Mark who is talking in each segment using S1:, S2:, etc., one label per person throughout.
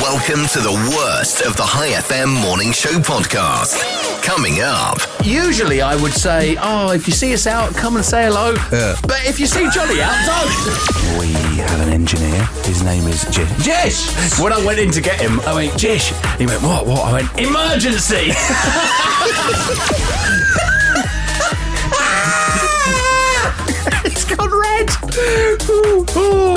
S1: Welcome to the worst of the High FM Morning Show podcast. Coming up,
S2: Usually, I would say, "Oh, if you see us out, come and say hello." But if you see Johnny out, don't.
S3: Uh, We have an engineer. His name is J-
S2: Jish. When I went in to get him, I went, "Jish." He went, "What? What?" I went, "Emergency." it's gone red. Ooh, ooh.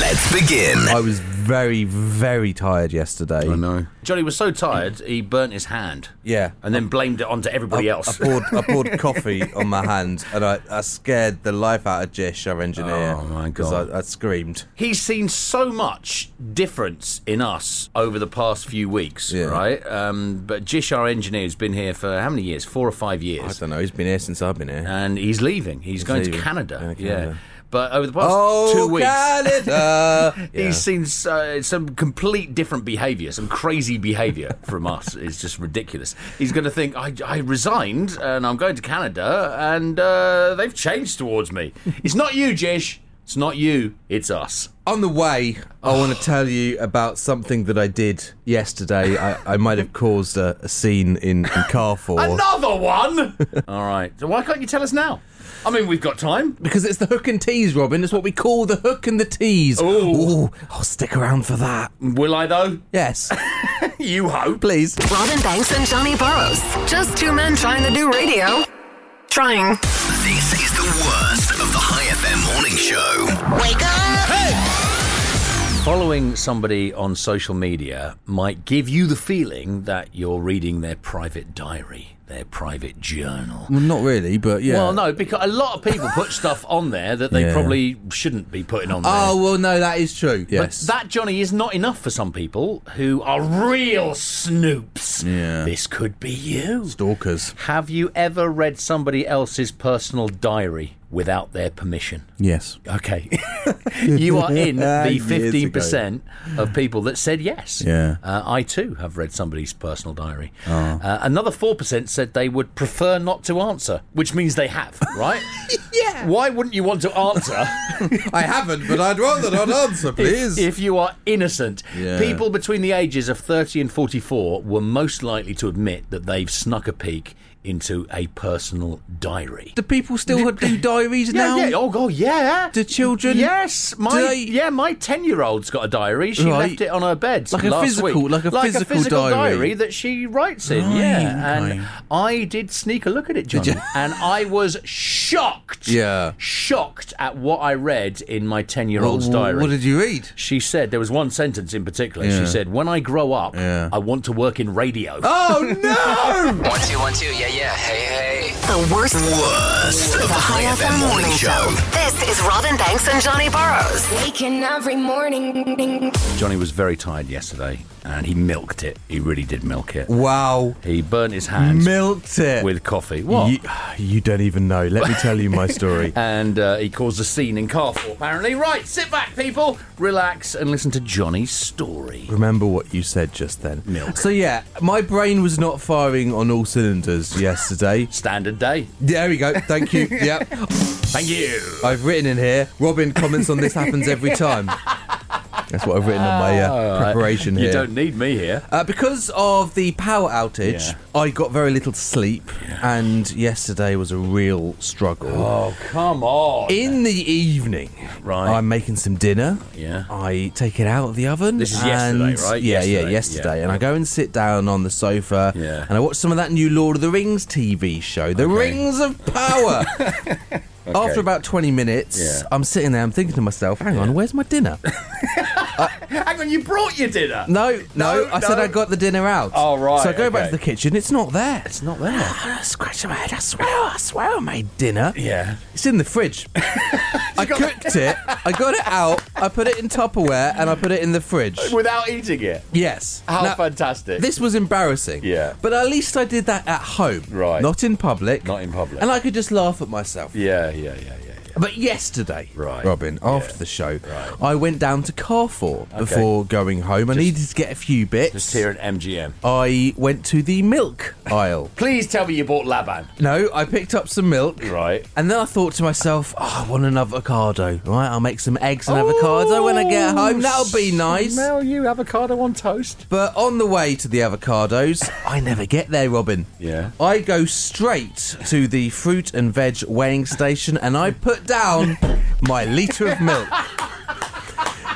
S1: let's begin.
S3: I was very, very tired yesterday. I know.
S2: Johnny was so tired he burnt his hand.
S3: Yeah.
S2: And then blamed it onto everybody else.
S3: I poured, I poured coffee on my hand and I, I scared the life out of Jish, our engineer.
S2: Oh, my
S3: 'cause
S2: God.
S3: I, I screamed.
S2: he's seen so much difference in us over the past few weeks,
S3: Yeah.
S2: right? Um, but Jish, our engineer, has been here for how many years? Four or five
S3: I
S2: years,
S3: don't know. He's been here since I've been here.
S2: and he's leaving. He's, going
S3: leaving.
S2: to Canada.
S3: Yeah, Canada.
S2: Yeah, but over the past
S3: Oh,
S2: two weeks.
S3: Canada! yeah.
S2: He's seen so, some complete different behaviour, some crazy behaviour from us. It's just ridiculous. He's going to think, I, I resigned and I'm going to Canada and uh, they've changed towards me. It's not you, Jish. It's not you. It's us.
S3: On the way, I
S2: Oh.
S3: want to tell you about something that I did yesterday. I, I might have caused a, a scene in, in Carfor.
S2: Another one? All right. So why can't you tell us now? I mean, we've got time.
S3: Because it's the hook and tease, Robin. It's what we call the hook and the tease.
S2: Ooh. Mm.
S3: Ooh, I'll stick around for that.
S2: Will I, though?
S3: Yes,
S2: You hope.
S3: please.
S4: Robin Banks and Johnny Burrows. Just two men trying to do radio. Trying.
S1: This is the worst of the High FM Morning Show.
S2: Following somebody on social media might give you the feeling that you're reading their private diary, their private journal.
S3: Well, not really, but yeah.
S2: Well, no, because a lot of people put stuff on there that they
S3: Yeah.
S2: probably shouldn't be putting on there.
S3: Oh well, no, that is true.
S2: But
S3: Yes.
S2: that, Johnny, is not enough for some people who are real snoops.
S3: Yeah.
S2: This could be you.
S3: stalkers.
S2: Have you ever read somebody else's personal diary without their permission?
S3: Yes.
S2: Okay. you are in the
S3: Years ago.
S2: 15% of people that said yes.
S3: Yeah. Oh.
S2: Uh, I too have read somebody's personal diary. Uh, another 4% said they would prefer not to answer, which means they have, right? yeah. Why wouldn't you want to answer
S3: I haven't, but I'd rather not answer, please.
S2: if you are innocent?
S3: Yeah.
S2: People between the ages of 30 and 44 were most likely to admit that they've snuck a peek into a personal diary.
S3: do people still do diaries
S2: Yeah,
S3: now?
S2: yeah. Oh, God, yeah.
S3: Do children?
S2: Yes, my
S3: Do they-
S2: yeah, my ten-year-old's got a diary. She
S3: Right.
S2: left it on her bed
S3: Like a
S2: last
S3: physical-
S2: week.
S3: like a physical
S2: diary.
S3: diary.
S2: that she writes in.
S3: Right,
S2: yeah,
S3: okay.
S2: and I did sneak a look at it, John,
S3: you?
S2: and I was shocked.
S3: Yeah.
S2: shocked at what I read in my ten-year-old's
S3: What,
S2: diary.
S3: Oh, what did you read?
S2: she said there was one sentence in particular. She
S3: Yeah.
S2: said, "When I grow up,
S3: Yeah.
S2: I want to work in radio."
S3: Oh no!
S5: One two one two, yeah yeah, hey hey.
S4: The worst
S1: Worst
S4: of the High FM morning show. This is Robin Banks and Johnny Burrows.
S6: Waking every morning.
S2: Johnny was very tired yesterday, and he milked it. He really did milk it.
S3: wow,
S2: He burnt his hands.
S3: milked it
S2: with coffee. What?
S3: You, you don't even know. Let me tell you my story.
S2: and uh, he caused a scene in Carfor, apparently. Right, sit back, people, relax, and listen to Johnny's story.
S3: Remember what you said just then.
S2: Milk.
S3: So yeah, my brain was not firing on all cylinders yesterday.
S2: Standard day.
S3: There we go. Thank you. yep.
S2: Thank you.
S3: I've written in here. Robin comments on this happens every time. That's what I've written on my uh, preparation
S2: Oh, You
S3: here.
S2: don't need me here.
S3: Uh, because of the power outage,
S2: Yeah.
S3: I got very little sleep, and yesterday was a real struggle.
S2: Oh, come on.
S3: In the evening,
S2: Right.
S3: I'm making some dinner.
S2: Yeah.
S3: I take it out of the oven.
S2: This is
S3: and-
S2: yesterday, right?
S3: Yeah,
S2: Yesterday,
S3: yeah,
S2: yeah.
S3: yesterday. And I go and sit down on the sofa.
S2: Yeah.
S3: And I watch some of that new Lord of the Rings TV show, The Rings of Power. After about 20 minutes,
S2: Yeah.
S3: I'm sitting there, I'm thinking to myself, hang on, where's my dinner?
S2: Hang on, you brought your dinner.
S3: No, no,
S2: No,
S3: I said
S2: no.
S3: I got the dinner out.
S2: Oh, right,
S3: So I go back
S2: okay.
S3: to the kitchen, it's not there.
S2: It's not there.
S3: I scratch my head, I swear, I swear I made dinner.
S2: Yeah.
S3: It's in the fridge. I cooked it. I got it out. I put it in Tupperware and I put it in the fridge.
S2: Without eating it.
S3: Yes.
S2: How
S3: Now,
S2: fantastic.
S3: This was embarrassing.
S2: Yeah.
S3: But at least I did that at home.
S2: Right.
S3: Not in public.
S2: Not in public.
S3: And I could just laugh at myself.
S2: yeah, yeah, yeah, yeah. yeah.
S3: But yesterday,
S2: Right.
S3: Robin, after the show, I went down to Carrefour before going home. I needed to get a few bits.
S2: Just here at MGM.
S3: I went to the milk aisle.
S2: Please tell me you bought Laban.
S3: No, I picked up some milk.
S2: Right.
S3: And then I thought to myself, oh, I want an avocado. Right, I'll make some eggs and avocado when I get home. That'll
S2: Oh,
S3: be nice.
S2: Smell you avocado on toast.
S3: But on the way to the avocados, I never get there, Robin.
S2: Yeah.
S3: I go straight to the fruit and veg weighing station and I put down my litre of milk.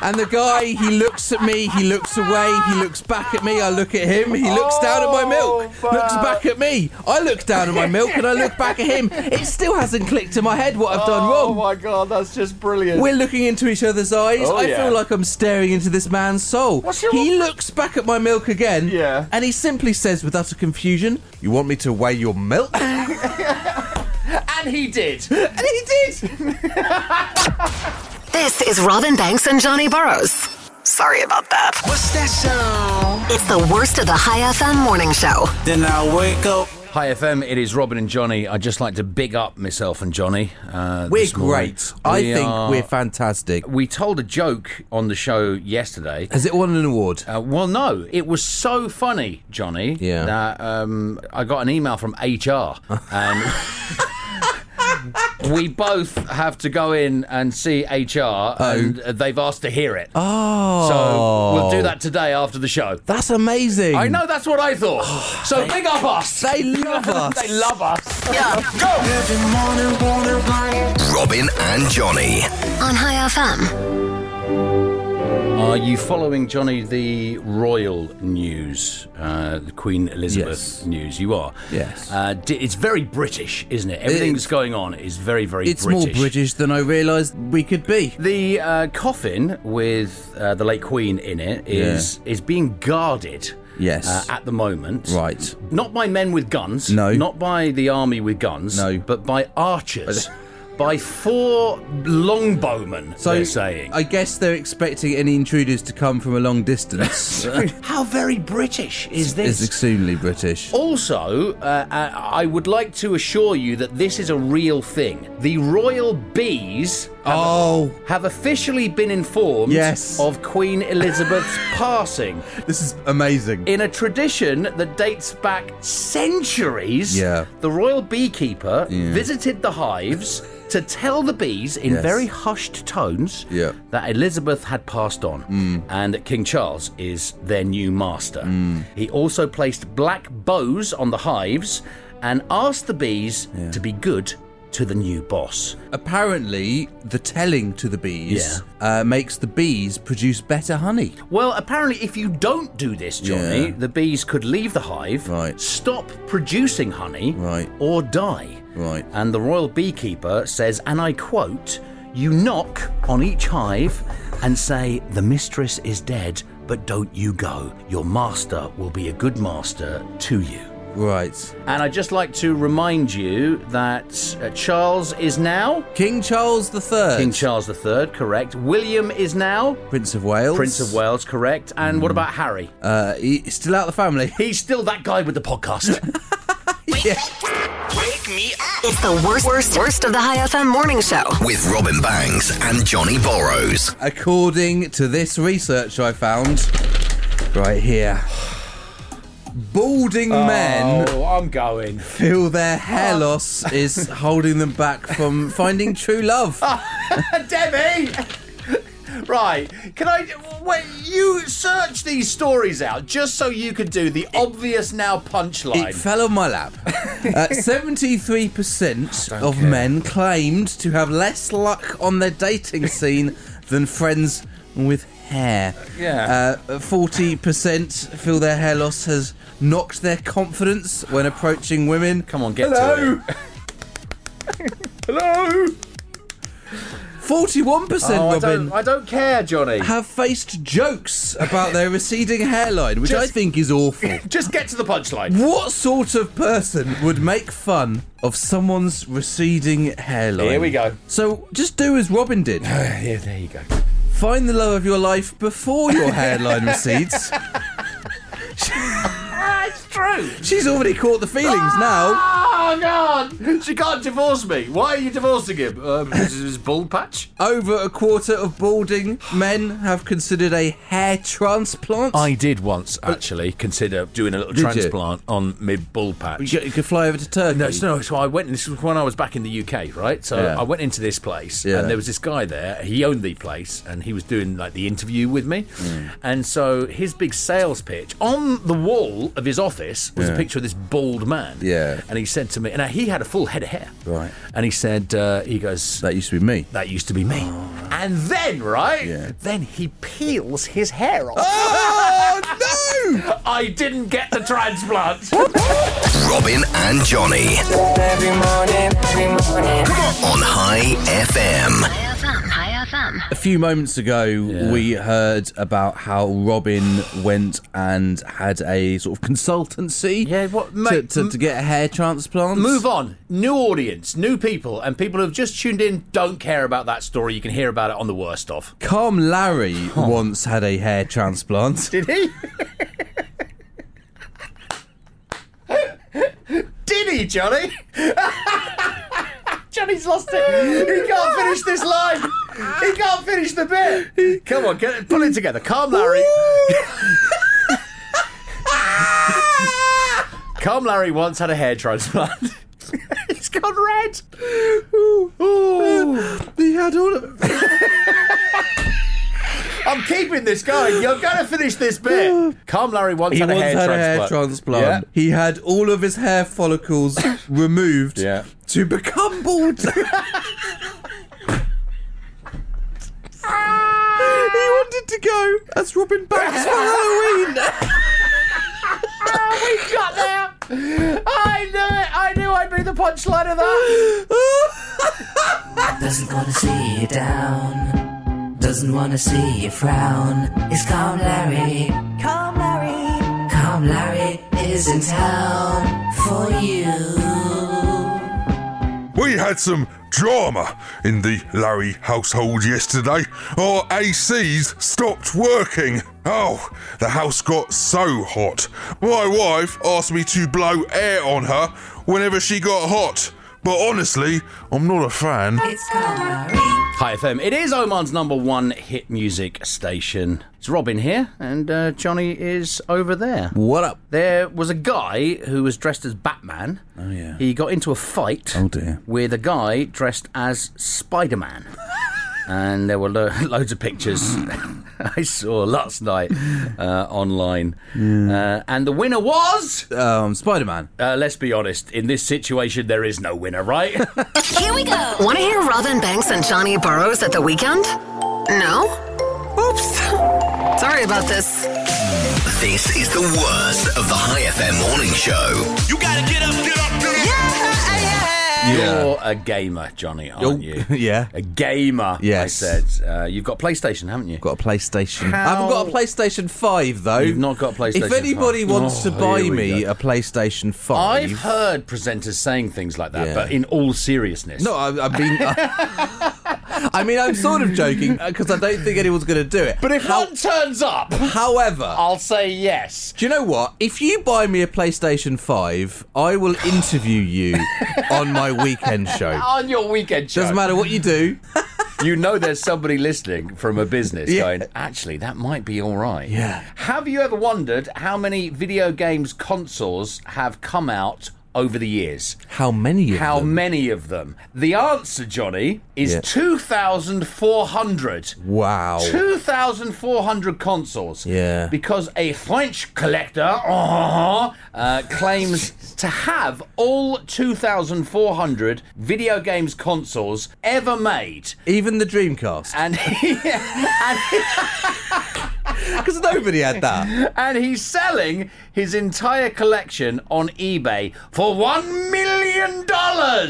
S3: And the guy, he looks at me, he looks away, he looks back at me, I look at him, he looks down at my milk,
S2: but-
S3: looks back at me, I look down at my milk, and I look back at him. It still hasn't clicked in my head what I've
S2: Oh,
S3: done wrong.
S2: god, that's just brilliant.
S3: We're looking into each other's eyes.
S2: Oh,
S3: I
S2: yeah.
S3: feel like I'm staring into this man's soul.
S2: What's your-
S3: He looks back at my milk again.
S2: Yeah.
S3: And he simply says with utter confusion, You want me to weigh your milk? and
S2: and he did.
S3: he did.
S4: This is Robin Banks and Johnny Burrows. Sorry about that.
S7: What's that sound?
S4: It's the worst of the High FM morning show.
S7: Then I wake up.
S2: Hi FM, it is Robin and Johnny. I'd just like to big up myself and Johnny. Uh,
S3: We're
S2: this morning.
S3: great. I
S2: We
S3: think
S2: are-
S3: we're fantastic.
S2: We told a joke on the show yesterday.
S3: Has it won an award?
S2: Uh, well, no, it was so funny, Johnny.
S3: Yeah.
S2: That um, I got an email from HR, and we both have to go in and see HR, and uh, they've asked to hear it.
S3: Oh.
S2: So we'll do that today after the show.
S3: That's amazing.
S2: I know that's what I thought.
S3: Oh,
S2: So big up us.
S3: They love us.
S2: they love us.
S7: Every morning, morning, morning.
S1: Robin and Johnny.
S4: On High FM.
S2: Are you following Johnny the royal news, uh, the Queen Elizabeth
S3: Yes.
S2: news? You are.
S3: Yes.
S2: Uh, d- it's very British, isn't it? Everything that's going on is very, very
S3: It's
S2: British.
S3: more British than I realised we could be.
S2: The uh, coffin with uh, the late Queen in it is is being guarded.
S3: Yes.
S2: Uh, at the moment.
S3: Right.
S2: Not by men with guns.
S3: No.
S2: Not by the army with guns.
S3: No.
S2: But by archers. by four longbowmen.
S3: So
S2: they're saying.
S3: I guess they're expecting any intruders to come from a long distance.
S2: How very British is
S3: it's
S2: this?
S3: extremely British.
S2: Oh. also, uh, uh, I would like to assure you that this is a real thing. The royal bees have
S3: Oh,
S2: have officially been informed
S3: Yes.
S2: of Queen Elizabeth's passing
S3: this is amazing.
S2: in a tradition that dates back centuries.
S3: Yeah.
S2: The royal beekeeper visited the hives to tell the bees in
S3: Yes.
S2: very hushed tones
S3: Yeah. Mm.
S2: that Elizabeth had passed on and that King Charles is their new master. He also placed black bows on the hives and asked the bees to be good to the new boss.
S3: Apparently, the telling to the bees uh, makes the bees produce better honey.
S2: Well, apparently, if you don't do this, Johnny,
S3: Yeah.
S2: the bees could leave the hive,
S3: Right.
S2: stop producing honey,
S3: Right.
S2: or die.
S3: Right.
S2: And the royal beekeeper says, and I quote, you knock on each hive and say, the mistress is dead, but don't you go. Your master will be a good master to you.
S3: Right.
S2: And I'd just like to remind you that uh, Charles is now
S3: King Charles III,
S2: King Charles III, correct. William is now
S3: Prince of Wales.
S2: Prince of Wales, correct. And what about Harry?
S3: Uh, he's still out of the family.
S2: He's still that guy with the podcast.
S7: Wake me up.
S4: It's the worst, worst, worst of the High FM morning show.
S1: With Robin Banks and Johnny Borrows.
S3: According to this research I found, right here, balding
S2: Oh.
S3: men
S2: I'm going.
S3: feel their hair loss is holding them back from finding true love.
S2: Uh, Debbie! Right, can I? Wait, you search these stories out just so you could do the obvious now punchline.
S3: It fell on my lap. Uh, 73% of men claimed to have less luck on their dating scene than friends with hair.
S2: Yeah.
S3: Uh, 40% feel their hair loss has knocked their confidence when approaching women.
S2: Come on, get
S3: Hello.
S2: to it. Hello.
S3: 41%
S2: Oh, I
S3: Robin
S2: don't. I don't care, Johnny.
S3: have faced jokes about their receding hairline, which I
S2: Just-
S3: think is awful.
S2: Just get to the punchline.
S3: What sort of person would make fun of someone's receding hairline?
S2: Here we go.
S3: So just do as Robin did.
S2: Yeah, there you go.
S3: Find the love of your life before your hairline recedes.
S2: That's true. Ah,
S3: She's already caught the feelings now.
S2: Oh God! She can't divorce me. Why are you divorcing him? Uh, because of his bald patch.
S3: Over a quarter of balding men have considered a hair transplant.
S2: I did once actually consider doing a little
S3: Did you?
S2: transplant on my bull patch.
S3: you could fly over to Turkey.
S2: No, so, no, so I went. This was when I was back in the UK, right? So
S3: Yeah.
S2: I went into this place,
S3: Yeah.
S2: and there was this guy there. He owned the place, and he was doing like the interview with me.
S3: Hmm.
S2: And so his big sales pitch on the wall of his office was a picture of this bald man.
S3: Yeah.
S2: and he said to me, and he had a full head of hair.
S3: Right.
S2: and he said, uh, he goes,
S3: That used to be me.
S2: that used to be me. And then, right?
S3: Yeah.
S2: Then he peels his hair off.
S3: Oh no!
S2: I didn't get the transplant.
S1: Robin and Johnny
S7: Every morning, every morning.
S1: on High FM.
S4: High FM, High FM.
S3: A few moments ago, we heard about how Robin went and had a sort of consultancy.
S2: Yeah, what-
S3: to-
S2: mate,
S3: to, to,
S2: m-
S3: get a hair transplant.
S2: Move on. New audience, new people, and people who have just tuned in don't care about that story. You can hear about it on the worst of.
S3: Calm Larry once had a hair transplant.
S2: Did he? Did he, Johnny? Johnny's lost it. He can't finish this line. He can't finish the bit. Come on, get, pull it together. Calm, Larry. Calm Larry once had a hair transplant. He's gone red. Ooh.
S3: he had all of it.
S2: I'm keeping this going. You're going to finish this bit. Calm Larry once
S3: He
S2: had,
S3: once
S2: a, hair
S3: had a hair
S2: transplant.
S3: transplant.
S2: Yeah.
S3: He had all of his hair follicles removed
S2: Yeah.
S3: to become bald. he wanted to go as Robin Banks for Halloween.
S2: We got there. I knew it. I knew I'd be the punchline of that.
S8: Doesn't wanna see you down. Doesn't wanna see you frown. It's Calm Larry. Calm Larry. Calm Larry is in town for you.
S9: We had some drama in the Larry household yesterday. Our ACs stopped working. Oh, the house got so hot. My wife asked me to blow air on her whenever she got hot. But honestly, I'm not a fan.
S8: It's Calm Larry.
S2: Hi FM. It is Oman's number one hit music station. It's Robin here, and uh, Johnny is over there.
S3: What up?
S2: There was a guy who was dressed as Batman. Oh
S3: yeah.
S2: He got into a fight.
S3: Oh, dear.
S2: With a guy dressed as Spider Man. And there were lo- loads of pictures I saw last night uh, online. Uh, and the winner was,
S3: Um, Spider Man.
S2: uh, let's be honest, in this situation, there is no winner, right?
S6: Here we go.
S4: Want to hear Robin Banks and Johnny Burrows at the weekend? No? Oops. Sorry about this.
S1: This is the worst of the High FM morning show.
S7: You gotta get up, get up, get up.
S2: You're a gamer, Johnny, aren't
S3: Yo-
S2: you?
S3: yeah.
S2: A gamer,
S3: Yes.
S2: I said. Uh, you've got PlayStation, haven't you?
S3: Got a PlayStation.
S2: How-
S3: I haven't got a PlayStation 5, though.
S2: You've not got a PlayStation
S3: If anybody
S2: 5.
S3: wants to
S2: Oh,
S3: buy
S2: here we
S3: me
S2: go.
S3: a PlayStation 5.
S2: I've heard presenters saying things like that,
S3: Yeah.
S2: but in all seriousness.
S3: No, I, I mean. I, mean, I'm sort of joking because I don't think anyone's going to do it.
S2: But if
S3: How-
S2: one turns up,
S3: However.
S2: I'll say yes.
S3: do you know what? If you buy me a PlayStation 5, I will interview you on my weekend show.
S2: On your weekend show,
S3: Doesn't matter what you do.
S2: you know there's somebody listening from a business
S3: Yeah.
S2: going, actually, that might be all right.
S3: Yeah.
S2: Have you ever wondered how many video games consoles have come out over the years?
S3: How many of
S2: How
S3: them?
S2: many of them? The answer, Johnny, is
S3: Yeah.
S2: 2,400.
S3: Wow.
S2: 2,400 consoles.
S3: Yeah.
S2: Because a French collector uh, uh, claims to have all 2,400 video games consoles ever made.
S3: Even the Dreamcast.
S2: And he, and,
S3: Because nobody had that.
S2: and he's selling his entire collection on eBay for $1 million.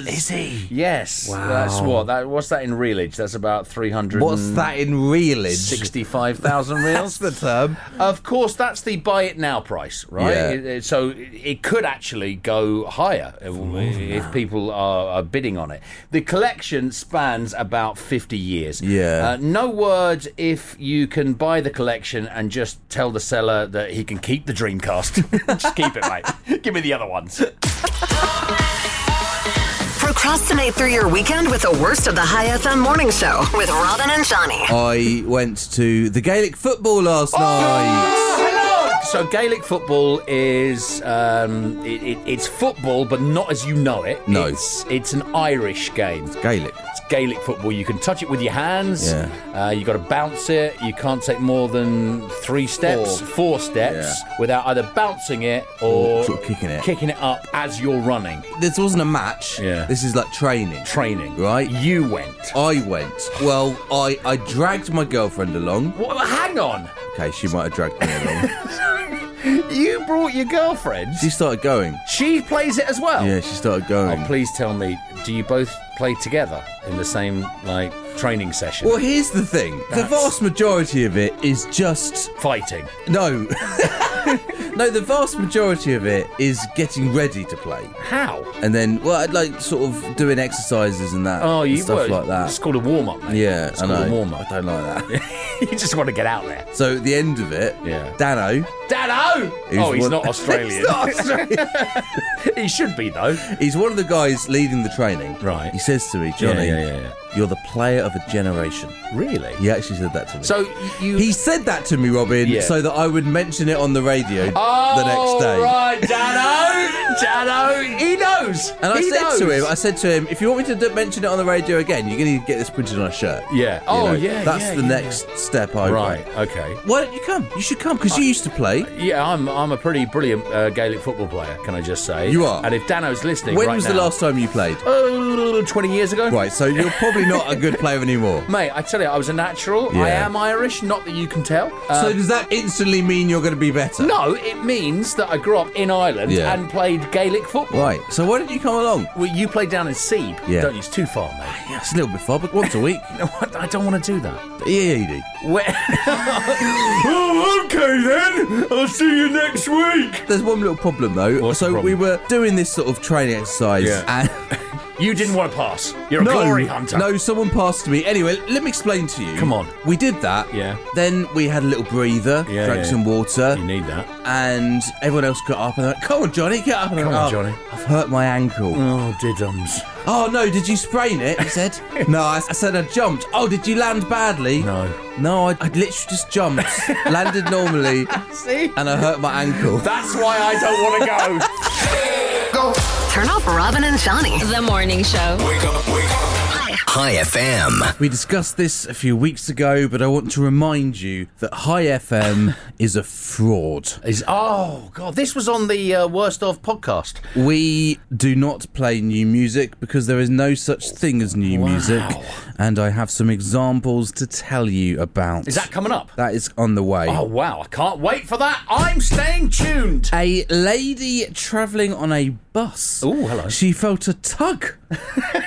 S3: Is he?
S2: Yes. Wow. That's what? That, what's that in realage? That's about 300.
S3: What's that in realage?
S2: 65,000
S3: That's
S2: reals.
S3: the term.
S2: Of course, that's the buy it now price, right?
S3: Yeah.
S2: It- it- so it could actually go higher if, if people are, are bidding on it. The collection spans about 50 years.
S3: Yeah.
S2: Uh, no word if you can buy the collection and just tell the seller that he can keep the Dreamcast. just keep it, mate. Give me the other ones.
S4: Procrastinate through your weekend with the worst of the High FM morning show with Robin and Johnny.
S3: I went to the Gaelic football last
S2: Oh!
S3: night.
S2: So Gaelic football is um, it, it, it's football, but not as you know it.
S3: No.
S2: it's, it's an Irish game.
S3: Gaelic.
S2: It's Gaelic football. You can touch it with your hands.
S3: Yeah.
S2: Uh, you got to bounce it. You can't take more than three steps,
S3: Four.
S2: four steps, without either bouncing it or
S3: Sort of kicking it.
S2: kicking it up as you're running.
S3: This wasn't a match.
S2: Yeah.
S3: This is like training.
S2: Training,
S3: Right.
S2: You went.
S3: I went. Well, I, I dragged my girlfriend along.
S2: Wha hang on.
S3: Okay, she might have dragged me along.
S2: You brought your girlfriend.
S3: She started going.
S2: She plays it as well.
S3: Yeah, she started going.
S2: Oh, please tell me, do you both play together in the same like training session?
S3: Well, here's the thing. The
S2: That's-
S3: vast majority of it is just
S2: Fighting.
S3: no. no, the vast majority of it is getting ready to play.
S2: How?
S3: And then, well, I'd like sort of doing exercises and that.
S2: Oh,
S3: and
S2: you
S3: stuff
S2: well,
S3: like that.
S2: It's called a warm up, mate.
S3: Yeah,
S2: it's
S3: I
S2: called a
S3: know.
S2: warm
S3: I
S2: up.
S3: don't like that.
S2: you just want to get out there.
S3: so at the end of it,
S2: Yeah.
S3: Dano.
S2: Dano! oh, he's
S3: one-
S2: not Australian.
S3: He's not Australian.
S2: he should be though.
S3: he's one of the guys leading the training.
S2: Right.
S3: He says to me, Johnny,
S2: yeah, yeah, yeah.
S3: you're the player of a generation.
S2: Really?
S3: He actually said that to me.
S2: So you.
S3: he said that to me, Robin,
S2: Yeah. Oh,
S3: so that I would mention it on the radio the next day.
S2: right, Dano, Dano, he knows.
S3: And I
S2: he
S3: said
S2: knows.
S3: to him, I said to him, if you want me to d- mention it on the radio again, you're going to get this printed on a shirt.
S2: Yeah.
S3: You
S2: Oh,
S3: know,
S2: yeah.
S3: That's
S2: yeah,
S3: the
S2: yeah.
S3: next step I
S2: Right.
S3: want.
S2: Okay.
S3: Why don't you come? You should come because you used to play.
S2: Yeah, I'm I'm a pretty brilliant uh, Gaelic football player. Can I just say?
S3: You are.
S2: And if Dano's listening,
S3: When
S2: right
S3: was the
S2: now-
S3: last time you played?
S2: Oh, 20 years ago.
S3: Right, so you're probably not a good player anymore.
S2: Mate, I tell you, I was a natural. I
S3: Yeah.
S2: am Irish, not that you can tell. Uh,
S3: so does that instantly mean you're going to be better?
S2: no, it means that I grew up in Ireland
S3: Yeah.
S2: and played Gaelic football.
S3: Right, so why don't you come along?
S2: Well, you play down in Seeb.
S3: Yeah.
S2: Don't use too far, mate.
S3: Yeah, it's a little bit far, but once a week.
S2: No, I I don't want to do that.
S3: Yeah, yeah, you do.
S2: oh, okay then. I'll see you next week.
S3: There's one little problem though.
S2: What's the
S3: so
S2: problem?
S3: we were doing this sort of training exercise
S2: Yeah.
S3: and
S2: You didn't want to pass. You're a glory hunter.
S3: No, someone passed to me. Anyway, let me explain to you.
S2: Come on.
S3: We did that.
S2: Yeah.
S3: Then we had a little breather,
S2: Yeah,
S3: drank
S2: yeah,
S3: some
S2: yeah.
S3: water,
S2: You need that.
S3: and everyone else got up and they're like, Come on, Johnny, get up. And I'm
S2: Come
S3: like,
S2: on,
S3: "Oh,
S2: Johnny."
S3: I've hurt my ankle.
S2: Oh, diddums.
S3: Oh, no, did you sprain it? He said. no, I, I said I jumped. Oh, did you land badly?
S2: No.
S3: No, I, I literally just jumped, landed normally,
S2: See?
S3: and I hurt my ankle.
S2: That's why I don't want to go.
S4: Turn up Robin and Johnny.
S10: The morning show.
S1: High FM.
S3: We discussed this a few weeks ago, but I want to remind you that High FM is a fraud.
S2: Is oh god, this was on the uh, worst of podcast.
S3: We do not play new music because there is no such thing as new music. And I have some examples to tell you about.
S2: Is that coming up?
S3: that is on the way.
S2: Oh wow, I can't wait for that. I'm staying tuned.
S3: A lady travelling on a bus.
S2: Ooh, hello.
S3: She felt a tug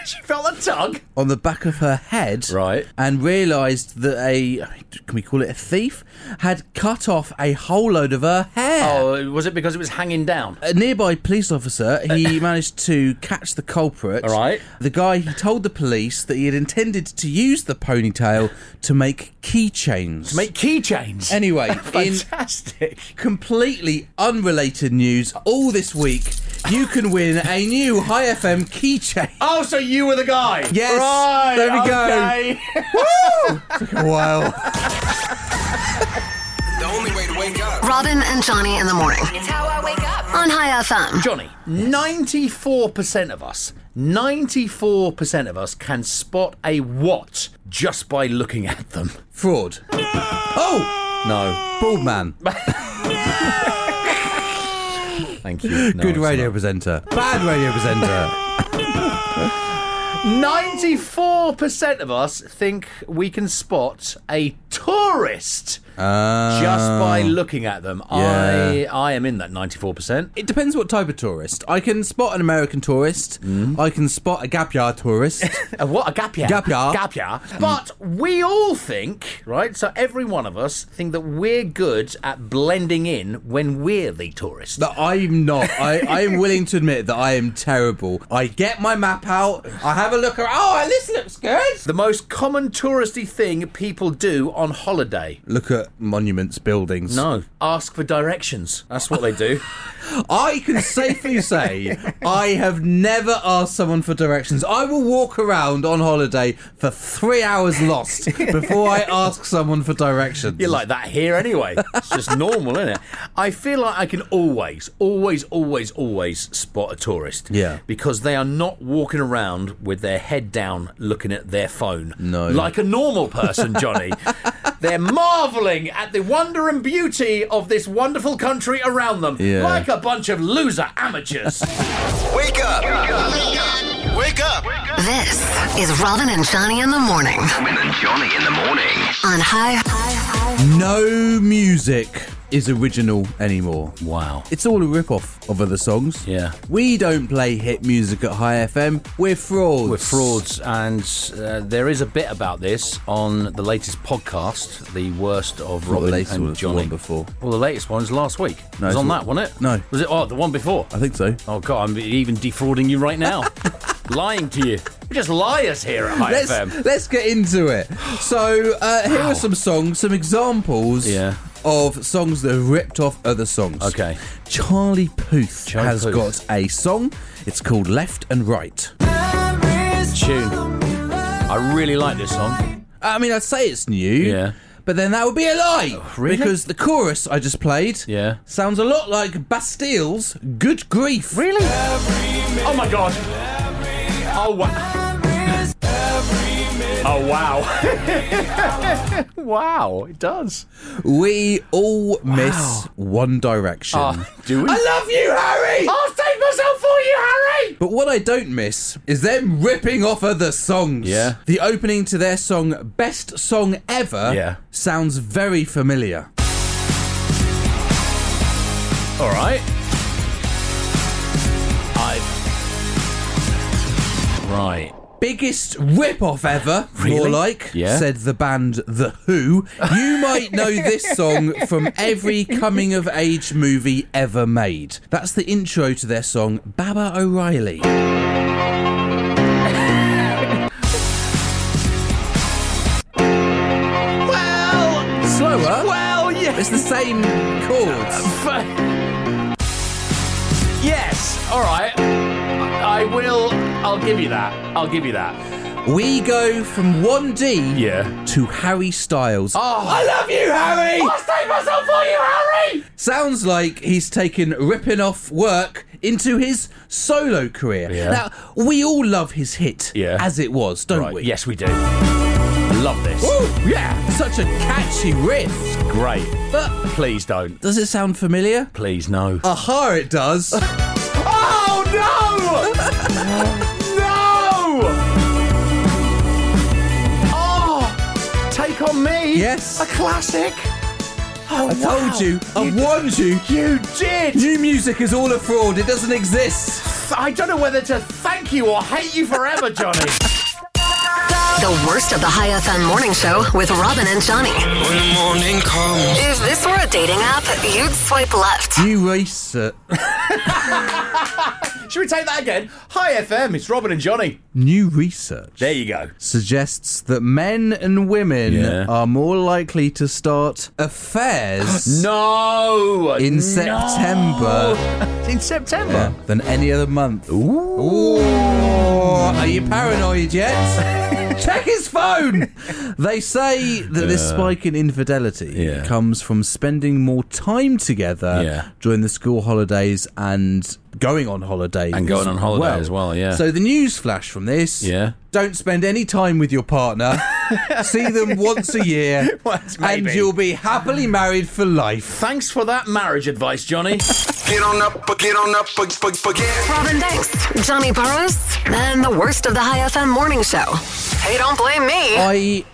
S2: she felt the tug.
S3: on the back of her head.
S2: Right.
S3: And realised that a, can we call it a thief? Had cut off a whole load of her hair.
S2: Oh, was it because it was hanging down?
S3: a nearby police officer, he managed to catch the culprit.
S2: All right.
S3: The guy, he told the police that he had intended to use the ponytail to make keychains.
S2: Make keychains.
S3: Anyway, in
S2: Fantastic.
S3: completely unrelated news, all this week, you can win a new High FM keychain.
S2: Oh, so you were the guy.
S3: Yes,
S2: Right.
S3: there we go.
S2: go.
S3: Wow.
S5: The only way to wake up.
S4: Robin and Johnny in the morning
S6: It's how I wake up.
S4: on High FM.
S2: Johnny, 94% of us, 94% of us can spot a what just by looking at them.
S3: Fraud. Oh!
S2: No.
S3: Bald man.
S2: Thank you. No,
S3: Good
S2: it's
S3: radio presenter. Bad radio presenter.
S2: 94% of us think we can spot a tourist
S3: Uh,
S2: just by looking at them. I I am in that 94%.
S3: It depends what type of tourist. I can spot an American tourist. I can spot a gap year tourist.
S2: A Uh, what? A gap year.
S3: Gap year.
S2: Gap year. But we all think, right? So every one of us think that we're good at blending in when we're the tourist.
S3: that I'm not. I, I am willing to admit that I am terrible. I get my map out. I have a look around. Oh, this looks good.
S2: The most common touristy thing people do on holiday.
S3: Look at monuments, buildings.
S2: No. Ask for directions. That's what they do.
S3: I can safely say I have never asked someone for directions. I will walk around on holiday for three hours lost before I ask someone for directions.
S2: You're like that here anyway. It's just normal, isn't it? I feel like I can always, always, always, always spot a tourist.
S3: Yeah.
S2: Because they are not walking around with their head down looking at their phone.
S3: No.
S2: Like a normal person, Johnny. They're marveling at the wonder and beauty of this wonderful country around them.
S3: Yeah.
S2: Like a bunch of loser amateurs.
S1: Wake up! Wake up!
S4: This is Robin and Johnny in the morning
S5: Robin and Johnny in the morning.
S4: on High.
S3: no music is original anymore.
S2: wow.
S3: It's all a rip-off of other songs.
S2: Yeah.
S3: We don't play hit music at High FM. We're frauds.
S2: We're frauds, and uh, there is a bit about this on the latest podcast, the worst of
S3: Not
S2: Robin
S3: the latest
S2: and
S3: one, it's the
S2: Johnny.
S3: one before.
S2: Well, the latest one is last week. it was
S3: it's
S2: on
S3: the-
S2: that, wasn't it?
S3: No.
S2: Was it? Oh, the one before.
S3: I think so.
S2: Oh God, I'm even defrauding you right now, lying to you. We're just liars here at High
S3: let's,
S2: FM.
S3: let's get into it. So uh, here are some songs, some examples
S2: Yeah.
S3: of songs that have ripped off other songs.
S2: Okay.
S3: Charlie Puth
S2: Charlie
S3: has
S2: Puth.
S3: got a song. It's called Left and Right.
S2: Tune. I really like this song.
S3: I mean, I'd say it's new.
S2: Yeah. Oh,
S3: But then that would be a lie.
S2: really?
S3: Because the chorus I just played
S2: Yeah.
S3: sounds a lot like Bastille's Good Grief. Really?
S2: Oh my God. Oh wow. Oh wow. wow, it does.
S3: We all miss One Direction.
S2: Ah, do we?
S3: Mm. I love you, Harry!
S2: I'll save myself for you, Harry!
S3: But what I don't miss is them ripping off other songs.
S2: Yeah.
S3: The opening to their song Best Song Ever
S2: Yeah.
S3: sounds very familiar.
S2: All right. I. Right.
S3: Biggest rip off ever, more
S2: Really?
S3: like,
S2: Yeah.
S3: said the band The Who. You might know this song from every coming of age movie ever made. That's the intro to their song Baba O'Reilly.
S2: Well,
S3: Slower.
S2: well, yes.
S3: It's the same chords.
S2: Yes. All right. I will. I'll give you that. I'll give you that.
S3: We go from 1D
S2: Yeah.
S3: to Harry Styles.
S2: Oh. I love you, Harry. I'll save myself for you, Harry.
S3: Sounds like he's taken ripping off work into his solo career.
S2: Yeah.
S3: Now, we all love his hit
S2: Yeah.
S3: as it was, don't
S2: Right.
S3: we?
S2: Yes, we do. Love this.
S3: Woo!
S2: Yeah.
S3: Such a catchy riff.
S2: Great.
S3: But
S2: Please don't.
S3: does it sound familiar?
S2: Please no.
S3: Aha, it does.
S2: Oh no! no! Oh! Take on me.
S3: Yes.
S2: A classic. Oh,
S3: I told you, I warned you.
S2: You did.
S3: New music is all a fraud, it doesn't exist.
S2: I don't know whether to thank you or hate you forever, Johnny.
S4: The worst of the High FM morning show with Robin and Johnny.
S7: When the morning comes.
S4: If this were a dating app, you'd swipe left.
S3: You race uh,
S2: Should we take that again? Hi FM, it's Robin and Johnny.
S3: New research
S2: There you go.
S3: suggests that men and women
S2: Yeah.
S3: are more likely to start affairs
S2: No.
S3: in
S2: No.
S3: September
S2: In September.
S3: than any other month. Ooh. Are you paranoid yet? Check his phone! They say that this spike in infidelity
S2: Yeah.
S3: comes from spending more time together
S2: Yeah.
S3: during the school holidays and going on holidays.
S2: And going on holiday as well, yeah.
S3: So the news flash from this
S2: Yeah.
S3: don't spend any time with your partner. See them once a year.
S2: Once,
S3: and
S2: maybe.
S3: you'll be happily married for life.
S2: Thanks for that marriage advice, Johnny.
S1: Get on up, get on up, forget.
S4: Robin Banks, Johnny Burrows, and the worst of the High FM morning show. Hey, don't blame me.
S3: I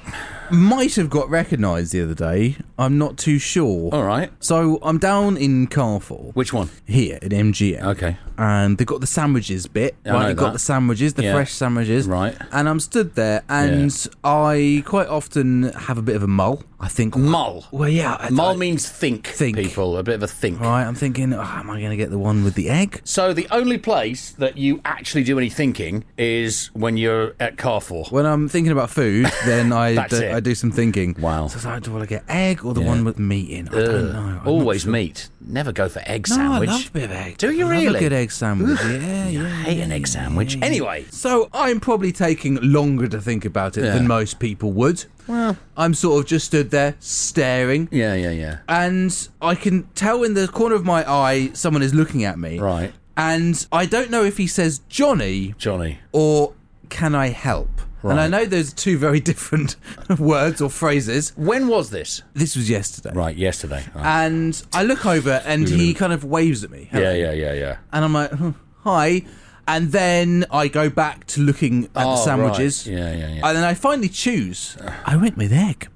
S3: might have got recognised the other day. I'm not too sure.
S2: All right.
S3: So I'm down in Carfall.
S2: Which one?
S3: Here at MGM.
S2: Okay.
S3: And they've got the sandwiches bit.
S2: I
S3: right,
S2: know
S3: they've got
S2: that.
S3: the sandwiches, the
S2: Yeah.
S3: fresh sandwiches.
S2: Right.
S3: And I'm stood there and I quite often have a bit of a mull. I think
S2: Mull.
S3: Well, yeah, I-
S2: Mull
S3: I-
S2: means think,
S3: Think.
S2: people, a bit of a think.
S3: Right, I'm thinking, oh, am I going to get the one with the egg?
S2: So the only place that you actually do any thinking is when you're at Carrefour.
S3: When I'm thinking about food, then I,
S2: That's
S3: do,
S2: it.
S3: I do some thinking.
S2: Wow.
S3: So it's like, do I get egg or the one with meat in? I don't know. I'm not
S2: Always
S3: sure.
S2: meat. Never go for egg
S3: No,
S2: sandwich.
S3: Oh, I love a bit of egg.
S2: Do you
S3: I love
S2: really?
S3: A good egg sandwich. yeah, yeah.
S2: Hate an egg
S3: Mm.
S2: sandwich. Anyway,
S3: So I'm probably taking longer to think about it than most people would. Well, I'm sort of just stood there staring.
S2: yeah, yeah, yeah.
S3: and I can tell in the corner of my eye someone is looking at me.
S2: Right.
S3: And I don't know if he says Johnny
S2: Johnny.
S3: or can I help? And I know those are two very different words or phrases.
S2: When was this?
S3: This was yesterday.
S2: Right, yesterday.
S3: Ah,
S2: Right.
S3: And I look over and he kind of waves at me.
S2: yeah, yeah, yeah, yeah.
S3: And I'm like, "Hmm, hi. And then I go back to looking at the
S2: Oh,
S3: sandwiches.
S2: right. Yeah, yeah, yeah.
S3: And then I finally choose. I went with egg.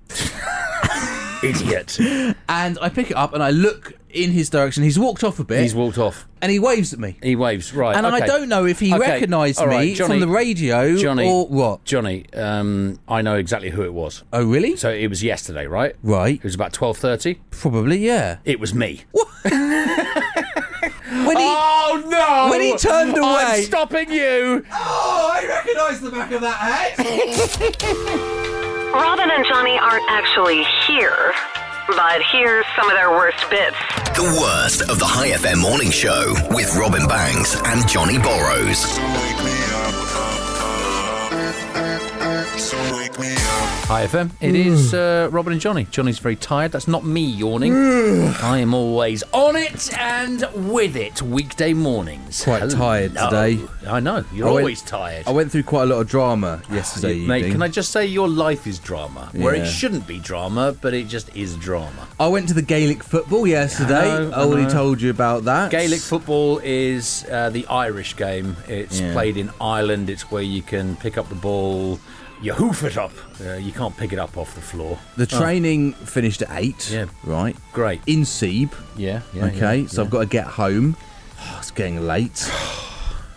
S2: Idiot.
S3: And I pick it up and I look in his direction. He's walked off a bit.
S2: He's walked off.
S3: and he waves at me.
S2: He waves, right.
S3: And I
S2: okay.
S3: don't know if he
S2: Okay,
S3: recognised
S2: all right,
S3: me
S2: Johnny-
S3: from the radio
S2: Johnny,
S3: or what.
S2: Johnny, um, I know exactly who it was.
S3: Oh, really?
S2: So it was yesterday, right?
S3: right.
S2: It was about 12.30.
S3: Probably, yeah.
S2: It was me.
S3: When he,
S2: Oh, no!
S3: When he turned
S2: I'm
S3: away-
S2: stopping you!
S3: oh, I recognise the back of that hat.
S4: Robin and Johnny aren't actually here, but here's some of their worst bits.
S1: The worst of the High FM morning show with Robin Banks and Johnny Borrows.
S2: Hi FM,
S3: Hmm.
S2: it is uh, Robin and Johnny. Johnny's very tired. That's not me yawning. I am always on it and with it weekday mornings.
S3: Quite tired today.
S2: I know you're
S3: I went-
S2: always tired.
S3: I went through quite a lot of drama yesterday
S2: You- Mate,
S3: evening.
S2: can I just say your life is drama, where it
S3: Yeah.
S2: shouldn't be drama, but it just is drama.
S3: I went to the Gaelic football yesterday.
S2: I know, I
S3: I already
S2: know.
S3: told you about that.
S2: Gaelic football is uh, the Irish game. It's
S3: Yeah.
S2: played in Ireland. It's where you can pick up the ball, you hoof it up. Uh, you can't pick it up off the floor.
S3: The training finished at eight.
S2: Ah. Yeah.
S3: Right.
S2: Great.
S3: In Seeb.
S2: Yeah. yeah
S3: okay,
S2: yeah,
S3: so
S2: yeah.
S3: I've got to get home. it's getting late.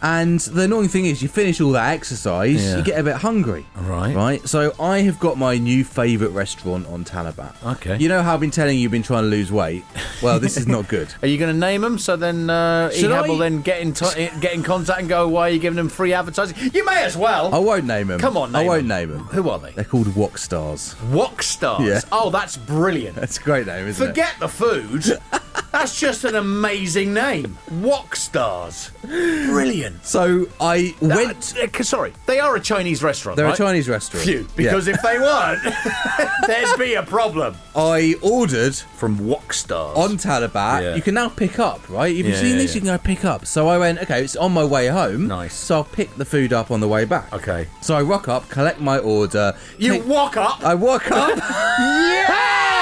S3: And the annoying thing is, you finish all that exercise,
S2: Yeah.
S3: you get a bit hungry.
S2: Right.
S3: Right. So I have got my new favourite restaurant on Talabat.
S2: Okay.
S3: You know how I've been telling you you've been trying to lose weight? Well, this is not good.
S2: Are you going to name them? So then uh,
S3: Should
S2: Ehab
S3: I-
S2: will then get in t- eh, get in contact and go, why are you giving them free advertising? You may as well.
S3: I won't name them.
S2: Come on,
S3: I
S2: name
S3: won't
S2: 'em.
S3: name them.
S2: Who are they?
S3: They're called Wok Stars.
S2: Wokstars.
S3: Yeah.
S2: Oh, that's brilliant.
S3: That's a great name, isn't it?
S2: Forget the food. That's just an amazing name. Wokstars. Brilliant.
S3: So I went.
S2: Went. sorry, they are a Chinese restaurant.
S3: They're
S2: right?
S3: a Chinese restaurant.
S2: Phew, because
S3: yeah.
S2: if they weren't, there'd be a problem.
S3: I ordered
S2: From Wokstars.
S3: on Talabat,
S2: Yeah.
S3: you can now pick up, right? You've
S2: Yeah,
S3: seen
S2: yeah,
S3: this,
S2: yeah.
S3: you can go pick up. So I went, okay, it's on my way home.
S2: Nice.
S3: So I'll pick the food up on the way back.
S2: Okay.
S3: So I rock up, collect my order.
S2: You
S3: take-
S2: walk up.
S3: I walk up,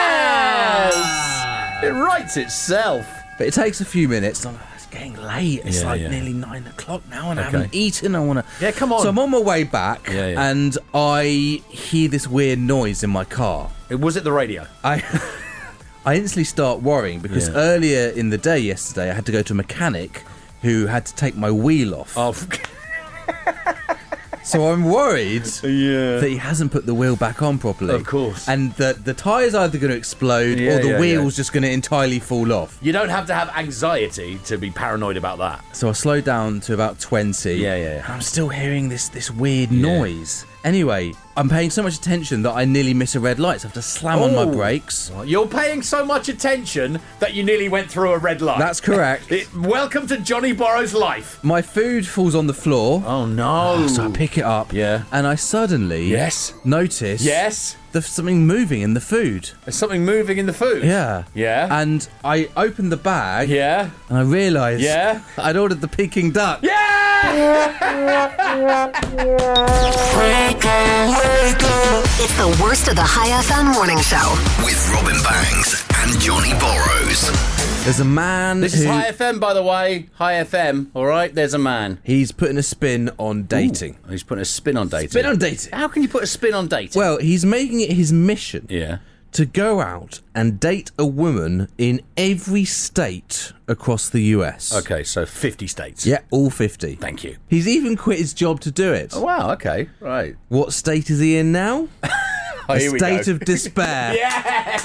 S2: yes! Ah! It writes itself.
S3: but it takes a few minutes. I'm like, it's getting late. It's
S2: Yeah,
S3: like
S2: yeah.
S3: nearly nine o'clock now, and I
S2: Okay.
S3: haven't eaten. I want to.
S2: Yeah, come on.
S3: So I'm on my way back,
S2: Yeah, yeah.
S3: and I hear this weird noise in my car.
S2: Was it the radio?
S3: I I instantly start worrying because
S2: Yeah.
S3: earlier in the day yesterday I had to go to a mechanic who had to take my wheel off.
S2: Oh,
S3: So I'm worried that he hasn't put the wheel back on properly.
S2: Of course.
S3: And that the tire's either going to explode
S2: Yeah,
S3: or the
S2: yeah,
S3: wheel's just going to entirely fall off.
S2: you don't have to have anxiety to be paranoid about that.
S3: So I slowed down to about 20.
S2: Yeah, yeah, yeah.
S3: And I'm still hearing this, this weird noise. Anyway, I'm paying so much attention that I nearly miss a red light. So I have to slam on my
S2: Oh.
S3: brakes.
S2: You're paying so much attention that you nearly went through a red light.
S3: That's correct.
S2: It- welcome to Johnny Borrow's life.
S3: my food falls on the floor.
S2: Oh no!
S3: So I pick it up.
S2: Yeah.
S3: And I suddenly
S2: Yes.
S3: notice
S2: Yes.
S3: there's something moving in the food.
S2: There's something moving in the food.
S3: Yeah.
S2: Yeah.
S3: And I open the bag.
S2: yeah.
S3: And I realised
S2: Yeah.
S3: I'd ordered the Peking duck.
S2: Yeah.
S4: It's the worst of the High FM morning show.
S1: With Robin Banks and Johnny Borrows.
S3: There's a man
S2: This
S3: who
S2: is High FM, by the way. High FM. All right. There's a man
S3: he's putting a spin on dating.
S2: Ooh, he's putting a spin on dating.
S3: Spin on dating.
S2: How can you put a spin on dating?
S3: Well, he's making it his mission
S2: Yeah.
S3: to go out and date a woman in every state across the US.
S2: Okay. So 50 states.
S3: Yeah, all 50.
S2: Thank you.
S3: He's even quit his job to do it.
S2: Wow. Okay. Oh, Right.
S3: What state is he in now?
S2: Oh,
S10: a
S2: here we
S10: state
S2: go.
S10: of despair.
S2: Yes.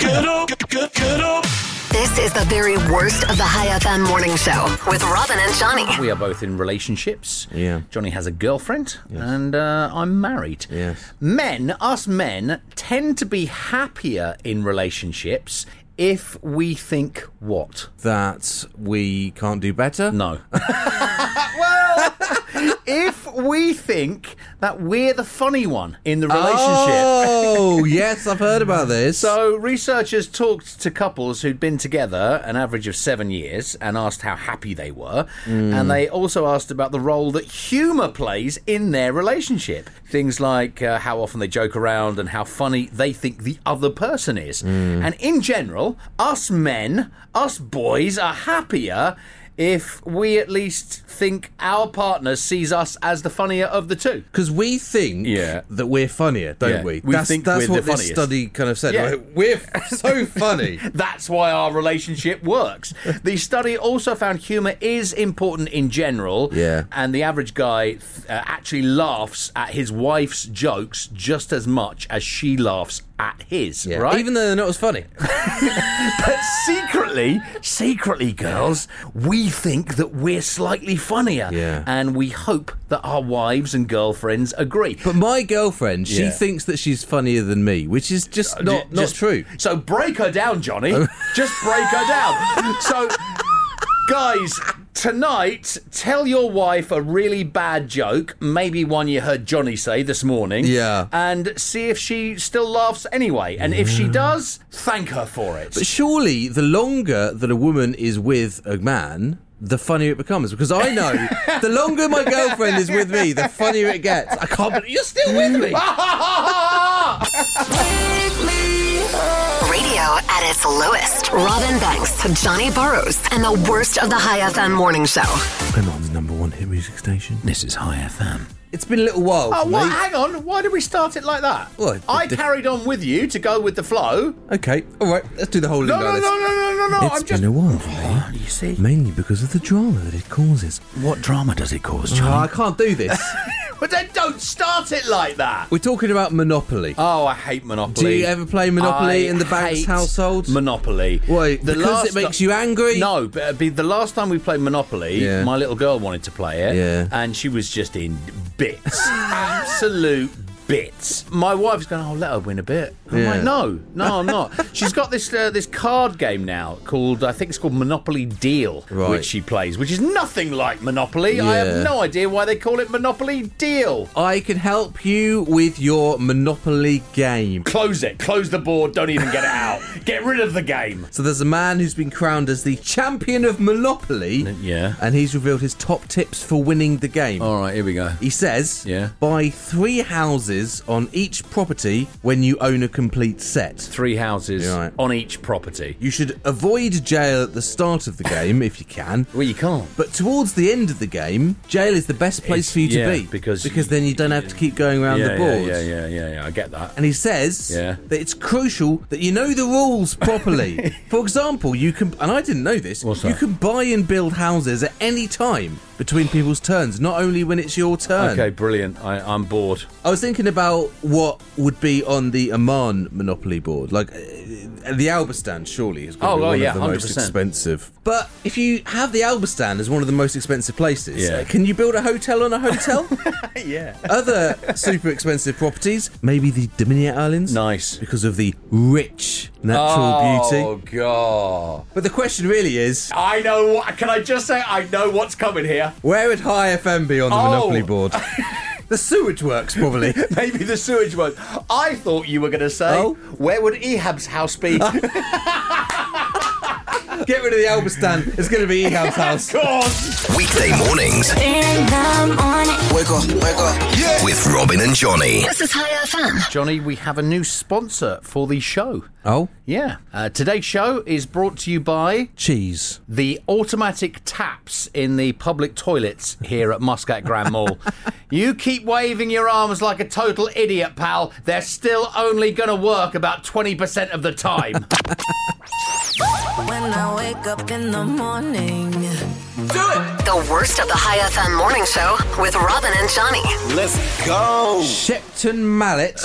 S7: Get up, get, get up.
S4: This is the very worst of the High FM morning show with Robin and Johnny.
S2: We are both in relationships.
S3: Yeah.
S2: Johnny has a girlfriend, and uh, I'm married.
S3: Yes.
S2: Men, us men, tend to be happier in relationships if we think what?
S3: That we can't do better.
S2: No. well, if we think that we're the funny one in the relationship.
S3: Oh yes, I've heard about this.
S2: So, researchers talked to couples who'd been together an average of seven years and asked how happy they were. And they also asked about the role that humour plays in their relationship. Things like uh, how often they joke around and how funny they think the other person is. And in general, us men, us boys, are happier. If we at least think our partner sees us as the funnier of the two.
S3: Because we think
S2: Yeah.
S3: that we're funnier, don't
S2: Yeah.
S3: we?
S2: We
S3: that's
S2: think
S3: that's
S2: we're
S3: what
S2: the
S3: this
S2: funniest.
S3: study kind of said.
S2: Yeah.
S3: Like, we're f- so funny.
S2: That's why our relationship works. The study also found humour is important in general.
S3: Yeah.
S2: And the average guy th- uh, actually laughs at his wife's jokes just as much as she laughs at his.
S3: Yeah.
S2: Right?
S3: Even though they're not as funny.
S2: but secretly, secretly, girls, we think that we're slightly funnier.
S3: Yeah.
S2: And we hope that our wives and girlfriends agree.
S3: But my girlfriend, she
S2: Yeah. Uh,
S3: thinks that she's funnier than me, which is just not not
S2: Just-
S3: true.
S2: So break her down, Johnny. Just break her down. So, guys, tonight, tell your wife a really bad joke, maybe one you heard Johnny say this morning.
S3: Yeah.
S2: And see if she still laughs anyway. And if she does, thank her for it.
S3: But surely the longer that a woman is with a man, the funnier it becomes. Because I know the longer my girlfriend is with me, the funnier it gets. I can't believe you're still with me.
S4: Radio at its lowest. Robin Banks, Johnny Burrows, and the worst of the High FM morning show.
S3: Oman's number one hit music station.
S2: this is High FM.
S3: It's been a little while.
S2: Oh,
S3: for
S2: what?
S3: me.
S2: Hang on. Why did we start it like that?
S3: Well, it-
S2: I carried on with you to go with the flow.
S3: Okay, all right, let's do the whole
S2: No,
S3: thing
S2: no, no,
S3: like
S2: no, no, no, no.
S3: this.
S2: I'm just.
S3: a while for me.
S2: You see?
S3: Mainly because of the drama that it causes.
S2: What drama does it cause,
S3: Oh, I can't do this.
S2: But then don't start it like that.
S3: We're talking about Monopoly.
S2: Oh, I hate Monopoly.
S3: Do you ever play Monopoly in the Banks
S2: hate
S3: household?
S2: Monopoly.
S3: Why? Because it makes you angry?
S2: No, but it'd be the last time we played Monopoly,
S3: Yeah.
S2: my little girl wanted to play it,
S3: Yeah.
S2: and she was just in bits, absolute bits. My wife's going, "Oh, let her win a bit." I'm
S3: Yeah.
S2: like, "No, no, I'm not." She's got this uh, this card game now called I think it's called Monopoly Deal,
S3: Right.
S2: which she plays, which is nothing like Monopoly. I have
S3: Yeah.
S2: no idea why they call it Monopoly Deal.
S3: I can help you with your Monopoly game.
S2: Close it. Close the board. Don't even get it out. Get rid of the game.
S3: So there's a man who's been crowned as the champion of Monopoly.
S2: yeah.
S3: And he's revealed his top tips for winning the game.
S2: All right, here we go.
S3: He says,
S2: Yeah.
S3: buy three houses on each property when you own a complete set.
S2: Three houses
S3: You're right.
S2: on each property.
S3: You should avoid jail at the start of the game if you can.
S2: Well, you can't.
S3: But towards the end of the game, jail is the best place
S2: It's-
S3: for you to
S2: yeah,
S3: be
S2: because-
S3: because then you don't have to keep going around the boards.
S2: Yeah, yeah, yeah, yeah. I get that.
S3: And he says
S2: Yeah.
S3: that it's crucial that you know the rules properly. For example, you can, and I didn't know this,
S2: What's
S3: you
S2: that?
S3: can buy and build houses at any time between people's turns, not only when it's your turn.
S2: Okay, brilliant. I, I'm bored.
S3: I was thinking about what would be on the Oman Monopoly board. Like, uh, the Albustan, surely, is going
S2: Oh,
S3: to be
S2: oh,
S3: one
S2: yeah,
S3: of the most
S2: 100%.
S3: expensive. But if you have the Albustan as one of the most expensive places,
S2: Yeah.
S3: uh, can you build a hotel on a hotel?
S2: yeah.
S3: Other super expensive properties, maybe the Dominion Islands?
S2: Nice.
S3: Because of the rich natural
S2: Oh
S3: beauty.
S2: god.
S3: But the question really is
S2: I know. what- Can I just say I know what's coming here?
S3: where would High FM be on the
S2: Oh.
S3: Monopoly board? the sewage works, probably.
S2: Maybe the sewage one. I thought you were going to say,
S3: Oh.
S2: where would Ehab's house be? of
S3: Get rid of the Albustan, it's going to be Eham's house.
S2: course.
S1: Weekday mornings
S7: Wake up, wake up.
S1: with Robin and Johnny.
S4: This is High FM.
S2: Johnny, we have a new sponsor for the show.
S3: Oh?
S2: Yeah. Uh, today's show is brought to you by
S3: Cheese.
S2: the automatic taps in the public toilets here at Muscat Grand Mall. you keep waving your arms like a total idiot, pal. They're still only going to work about 20% of the time.
S8: When I
S11: wake up in the morning.
S4: Do it! The worst of the High FM morning show with Robin and Johnny.
S3: Let's go. Shepton Mallet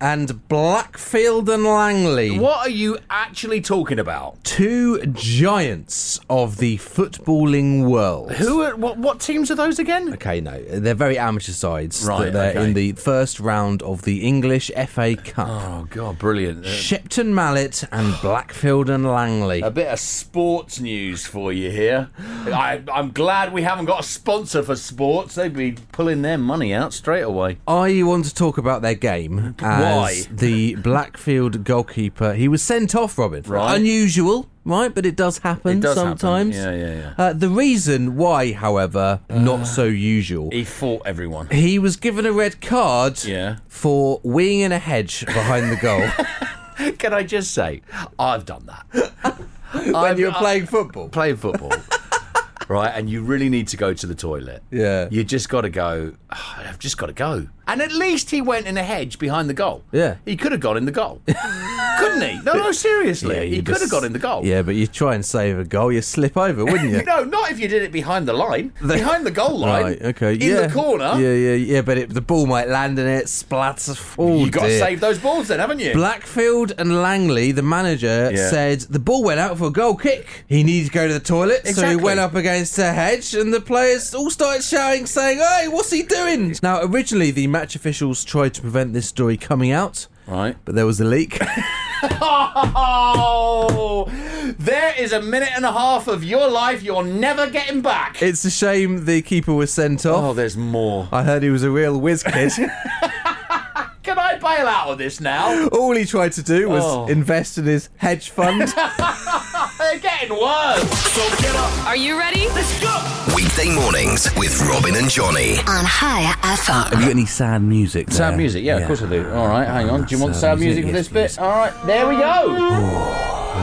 S3: and Blackfield and Langley.
S2: What are you actually talking about?
S3: Two giants of the footballing world.
S2: Who are what? What teams are those again?
S3: Okay, no, they're very amateur sides.
S2: Right,
S3: they're
S2: okay.
S3: in the first round of the English FA Cup.
S2: Oh god, brilliant!
S3: Shepton Mallet and Blackfield and Langley.
S2: A bit of sports news for you here. I, I'm glad we haven't got a sponsor for sports. They'd be pulling their money out straight away.
S3: I want to talk about their game. As
S2: Why?
S3: The Blackfield goalkeeper, he was sent off, Robin.
S2: Right.
S3: Unusual, right? But it does happen
S2: It does happen.
S3: sometimes.
S2: Yeah, yeah, yeah. Uh.
S3: Uh, the reason why, however, not so usual.
S2: He fought everyone.
S3: He was given a red card
S2: Yeah.
S3: for winging a hedge behind the goal.
S2: Can I just say, I've done that. when
S3: you were playing football?
S2: Playing football. right, and you really need to go to the toilet.
S3: Yeah.
S2: You just got to go, "Oh, I've just got to go. And at least he went in a hedge behind the goal.
S3: Yeah.
S2: He could have got in the goal. Couldn't he? No, no, seriously.
S3: Yeah, you
S2: he could have
S3: just-
S2: got in the goal.
S3: Yeah, but you try and save a goal, you slip over, wouldn't you?
S2: No, not if you did it behind the line. behind the goal line.
S3: Right, okay.
S2: In
S3: yeah.
S2: the corner.
S3: Yeah, yeah, yeah, but it, the ball might land in it, splatter. Oh,
S2: You've got to
S3: dear.
S2: save those balls then, haven't you?
S3: Blackfield and Langley, the manager,
S2: Yeah.
S3: said the ball went out for a goal kick. He needed to go to the toilet, so he
S2: Exactly.
S3: went up against a hedge, and the players all started shouting, saying, Hey, what's he doing? Now, originally, the match officials tried to prevent this story coming out,
S2: right.
S3: but there was a leak.
S2: Oh, there is a minute and a half of your life you're never getting back.
S3: it's a shame the keeper was sent
S2: Oh,
S3: off.
S2: there's more.
S3: I heard he was a real whiz kid.
S2: Can I bail out of this now?
S3: all he tried to do was
S2: Oh.
S3: invest in his hedge fund.
S2: They're getting worse.
S4: Are you ready?
S1: Weekday mornings with Robin and Johnny.
S4: On High FM.
S10: Have you got any sad music? There?
S2: Sad music, yeah, of course I do. All right, hang on. Do you want sad music for this bit? All right, there we go.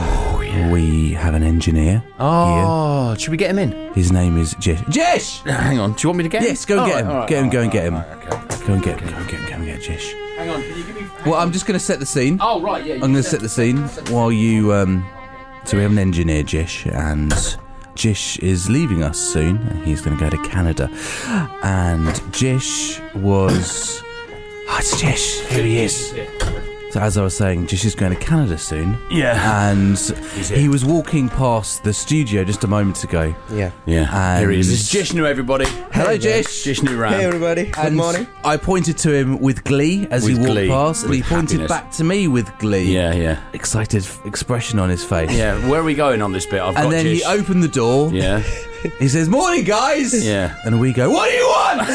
S10: We have an engineer.
S2: Oh, should we get him in?
S10: His name is Jesh. Jesh!
S2: Hang on. Do you want me to get him?
S10: Yes, go and
S2: All
S10: get
S2: right,
S10: him.
S2: all right,
S10: get him,
S2: all
S10: go
S2: right,
S10: and get him.
S2: all right, okay.
S10: Go and get him, go and get him, go and get Jesh.
S2: Hang on. Can you give me?
S10: Well, I'm just going to set the scene.
S2: Oh right, yeah.
S10: I'm going to set the scene while you. Um, so we have an engineer, Jish, and Jish is leaving us soon. He's going to go to Canada, and Jish was. Oh, it's Jish. Here he is. So as I was saying, Jish is going to Canada soon.
S2: Yeah.
S10: And he was walking past the studio just a moment ago.
S12: Yeah.
S2: Yeah. Here he is.
S10: And-
S2: It's Jishnu, everybody.
S10: Hello, Jish.
S2: Jishnu Ram.
S12: Hey everybody. Good
S10: And
S12: morning.
S10: I pointed to him with glee as he
S2: With
S10: walked
S2: glee.
S10: past, and
S2: With
S10: he pointed
S2: happiness.
S10: back to me with glee.
S2: Yeah, yeah.
S10: Excited f- expression on his face.
S2: Yeah, where are we going on this bit? I've got
S10: And then
S2: Jish.
S10: he opened the door.
S2: yeah,
S10: He says, "Morning, guys."
S2: yeah.
S10: And we go, "What do you want?"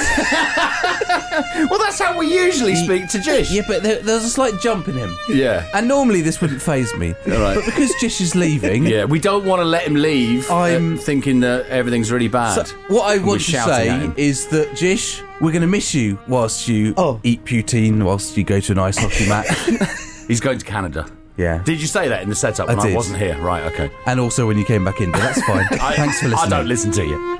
S2: Well, that's how we usually speak to Jish.
S10: yeah, but there, there's a slight jump in him.
S2: Yeah.
S10: And normally this wouldn't phase me.
S2: right.
S10: But because Jish is leaving,
S2: Yeah, we don't want to let him leave. uh,
S10: I'm-
S2: thinking that everything's really bad.
S10: what I
S2: And we're
S10: want to
S2: shouting at
S10: say
S2: him.
S10: is that Jish, we're going to miss you whilst you
S12: Oh.
S10: eat poutine, whilst you go to an ice hockey match.
S2: he's going to Canada.
S10: yeah.
S2: Did you say that in the setup
S10: I
S2: when
S10: did.
S2: I wasn't here? Right. Okay.
S10: And also when you came back in, but that's fine.
S2: I,
S10: Thanks for listening.
S2: I don't listen to you.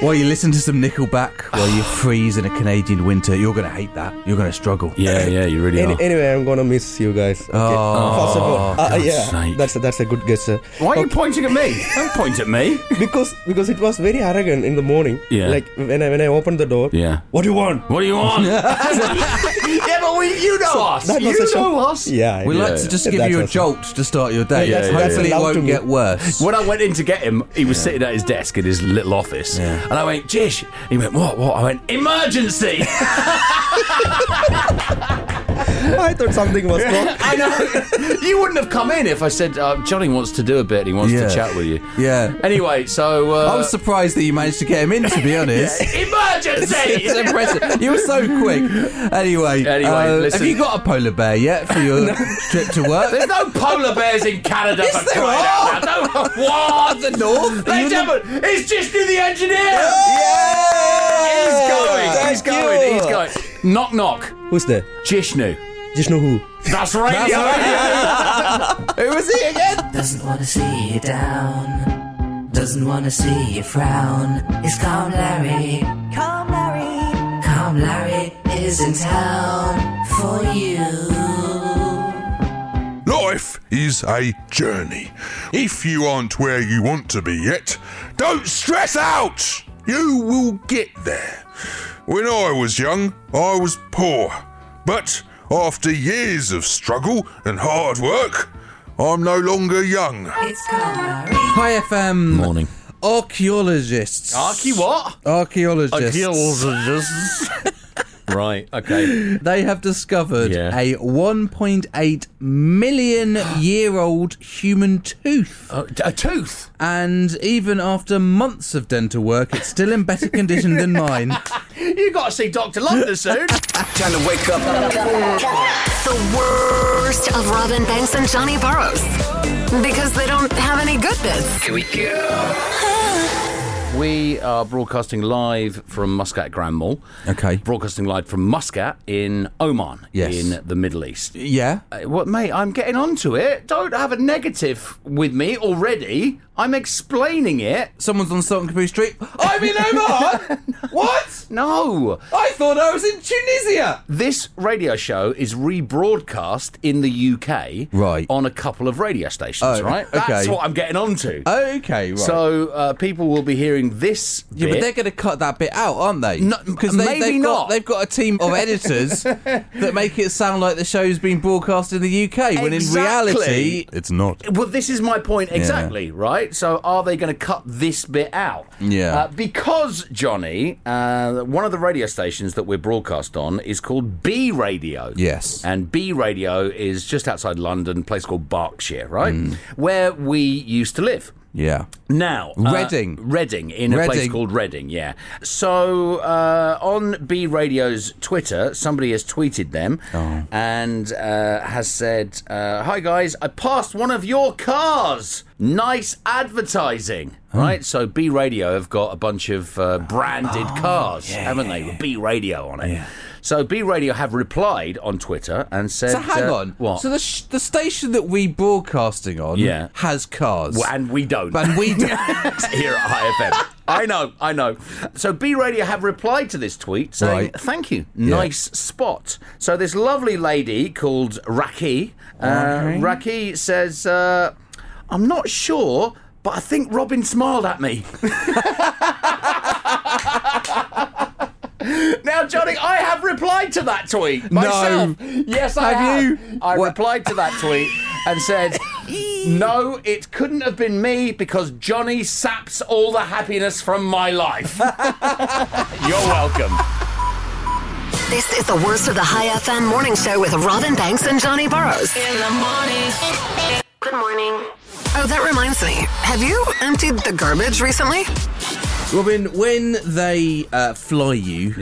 S10: While you listen to some Nickelback, while you freeze in a Canadian winter, you're going to hate that. You're going to struggle.
S2: Yeah, yeah, you really
S12: Any,
S2: are.
S12: anyway, I'm gonna miss you guys. Okay.
S10: Oh,
S12: First of all, uh,
S2: God's
S12: yeah,
S2: sake.
S12: that's a, that's a good gesture.
S2: Why are you pointing at me? Don't point at me.
S12: Because because it was very arrogant in the morning.
S2: Yeah.
S12: Like when I when I opened the door.
S2: Yeah.
S12: What do you want?
S2: What do you want? yeah, but we, you know us.
S12: That was
S2: you
S12: a shock.
S2: know us.
S12: Yeah. I
S10: We
S12: know.
S10: like to just give
S12: That's
S10: you a
S12: awesome.
S10: jolt to start your day.
S12: Yeah,
S2: yeah,
S10: Hopefully
S12: yeah.
S10: it
S12: Allowed to
S10: won't
S12: me.
S10: get worse.
S2: When I went in to get him, he was sitting at his desk in his little office,
S10: Yeah.
S2: and I went, "Jish." He went, "What? What?" I went, "Emergency."
S12: I thought something was wrong.
S2: I know. you wouldn't have come in if I said uh, Johnny wants to do a bit. He wants
S10: Yeah.
S2: to chat with you.
S10: Yeah.
S2: Anyway, so uh,
S10: I was surprised that you managed to get him in, to be honest.
S2: emergency.
S10: It's impressive. You were so quick. Anyway, uh,
S2: Anyway,
S10: have
S2: listen.
S10: you got a polar bear yet for your trip to work?
S2: There's no polar bears in Canada.
S10: Yes,
S2: for
S10: there
S2: crying
S10: are.
S2: out loud. Don't- what?
S10: the north?
S2: Ladies
S10: You
S2: and
S10: live-
S2: gentlemen, it's just the engineer. He's
S12: Yeah.
S2: going. He's
S12: Thank
S2: going.
S12: you.
S2: He's going. Knock knock.
S12: Who's there?
S2: Jishnu.
S12: Just know who.
S2: That's radio.
S10: Who was he again?
S8: Doesn't wanna see you down. Doesn't wanna see you frown. It's Calm Larry. Calm Larry. Calm Larry is in town for you.
S9: Look, Life is a journey. If you aren't where you want to be yet, don't stress out! You will get there. When I was young, I was poor. But after years of struggle and hard work, I'm no longer young.
S3: Hi FM. Morning. Archaeologists.
S2: Archie what?
S3: Archaeologists.
S2: Archaeologists. right. Okay.
S3: They have discovered
S2: Yeah.
S3: a 1.8 million year old human tooth.
S2: a tooth?
S3: And even after months of dental work, it's still in better condition than mine.
S2: you got to see Doctor London soon.
S1: Time to wake up.
S4: The worst of Robin Banks and Johnny Burrows. Because they don't have any good bits.
S2: Here we go. We are broadcasting live from Muscat Grand Mall. Okay. Broadcasting live from Muscat in Oman,
S10: Yes.
S2: in the Middle East.
S3: Yeah.
S2: Uh, What, mate? I'm getting onto it. Don't have a negative with me already. I'm explaining it.
S3: Someone's on Sultan Capri Street. I'm in Oman. what?
S2: No.
S3: I thought I was in Tunisia.
S2: This radio show is rebroadcast in the UK, right? On a couple of radio stations,
S3: Oh,
S2: right? That's
S3: okay.
S2: what I'm getting onto.
S3: Okay, right.
S2: So uh, people will be hearing this.
S3: Yeah, but
S2: bit.
S3: they're going to cut that bit out, aren't they? Because
S2: maybe
S3: they've
S2: not.
S3: Got, they've got a team of editors that make it sound like the show's been broadcast in the UK, when in
S2: Exactly.
S3: reality, it's not.
S2: Well, this is my point
S3: Yeah.
S2: exactly, right? So, are they going to cut this bit out?
S3: Yeah.
S2: Uh, because, Johnny, uh, one of the radio stations that we're broadcast on is called B Radio. Yes. And B Radio is just outside London, a place called Berkshire, right?
S3: Mm.
S2: Where we used to live.
S10: Yeah.
S2: Now, uh,
S10: Reading.
S2: Reading, in a place
S10: Reading.
S2: called Reading, yeah. So, uh, on B Radio's Twitter, somebody has tweeted them
S3: Oh.
S2: and uh, has said, uh, Hi guys, I passed one of your cars. Nice advertising.
S3: Oh.
S2: Right? So, B Radio have got a bunch of uh, branded
S3: Oh,
S2: cars, haven't they? With B Radio on it. So, B Radio have replied on Twitter and said,
S3: So hang
S2: uh,
S3: on.
S2: What?
S3: So the, sh- the station that we broadcasting on
S2: Yeah.
S3: has cars.
S2: Well, and we don't.
S3: And we don't.
S2: here at High FM. I know, I know. So B Radio have replied to this tweet saying,
S10: Right.
S2: "Thank you,
S10: Yeah.
S2: nice spot." So this lovely lady called Raki, uh,
S10: Okay.
S2: Raki says, uh, "I'm not sure." But I think Robin smiled at me. now, Johnny, I have replied to that tweet myself. Yes, I have.
S3: Have
S2: you? I replied to that tweet and said, "No, it couldn't have been me because Johnny saps all the happiness from my life." You're welcome.
S4: This is the worst of the High FM morning show with Robin Banks and Johnny Burrows.
S11: In the morning.
S4: Good morning. Oh, that reminds me. Have you emptied the garbage recently?
S3: Robin, when they uh, fly you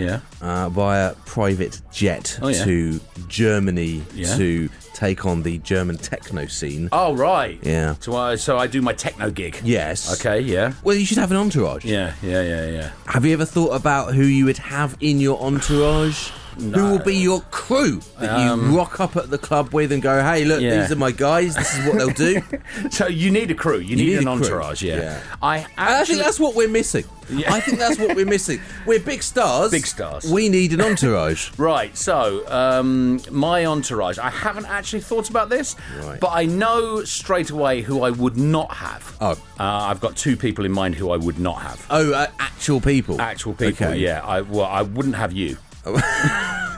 S3: uh, via private jet
S2: Oh, yeah.
S3: to Germany
S2: Yeah.
S3: to take on the German techno scene,
S2: Oh right.
S3: Yeah.
S2: So I so I do my techno gig.
S3: Yes.
S2: Okay. Yeah.
S3: well, you should have an entourage.
S2: Yeah. Yeah. Yeah. Yeah.
S3: Have you ever thought about who you would have in your entourage? Who will be your crew that
S2: Um,
S3: you rock up at the club with and go, hey, look,
S2: Yeah.
S3: these are my guys, this is what they'll do?
S2: So you need a crew. You, need, an
S3: a crew.
S2: entourage. Yeah. I actually,
S3: I think that's what we're missing. I think that's what we're missing. We're big stars.
S2: Big stars.
S3: We need an entourage.
S2: Right, so um, my entourage. I haven't actually thought about this,
S3: Right.
S2: but I know straight away who I would not have. Oh. Uh, I've got two people in mind who I would not have.
S3: Oh, uh, actual people.
S2: Actual people,
S3: Okay.
S2: yeah. I well, I wouldn't have you.
S3: Why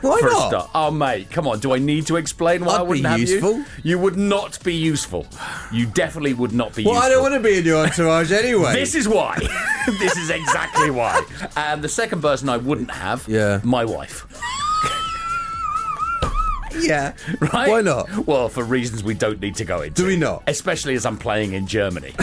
S2: for
S3: not?
S2: A start. Oh, mate, come on. Do I need to explain why
S3: I'd
S2: I wouldn't
S3: be
S2: have you?
S3: useful.
S2: You would not be useful. You definitely would not be
S3: Well,
S2: useful.
S3: I don't want to be in your entourage anyway.
S2: This is why. this is exactly why. And the second person I wouldn't have, yeah. my wife.
S3: yeah.
S2: Right? Why not? Well, for reasons we don't need to go into. Do we
S3: not?
S2: Especially as I'm playing in Germany.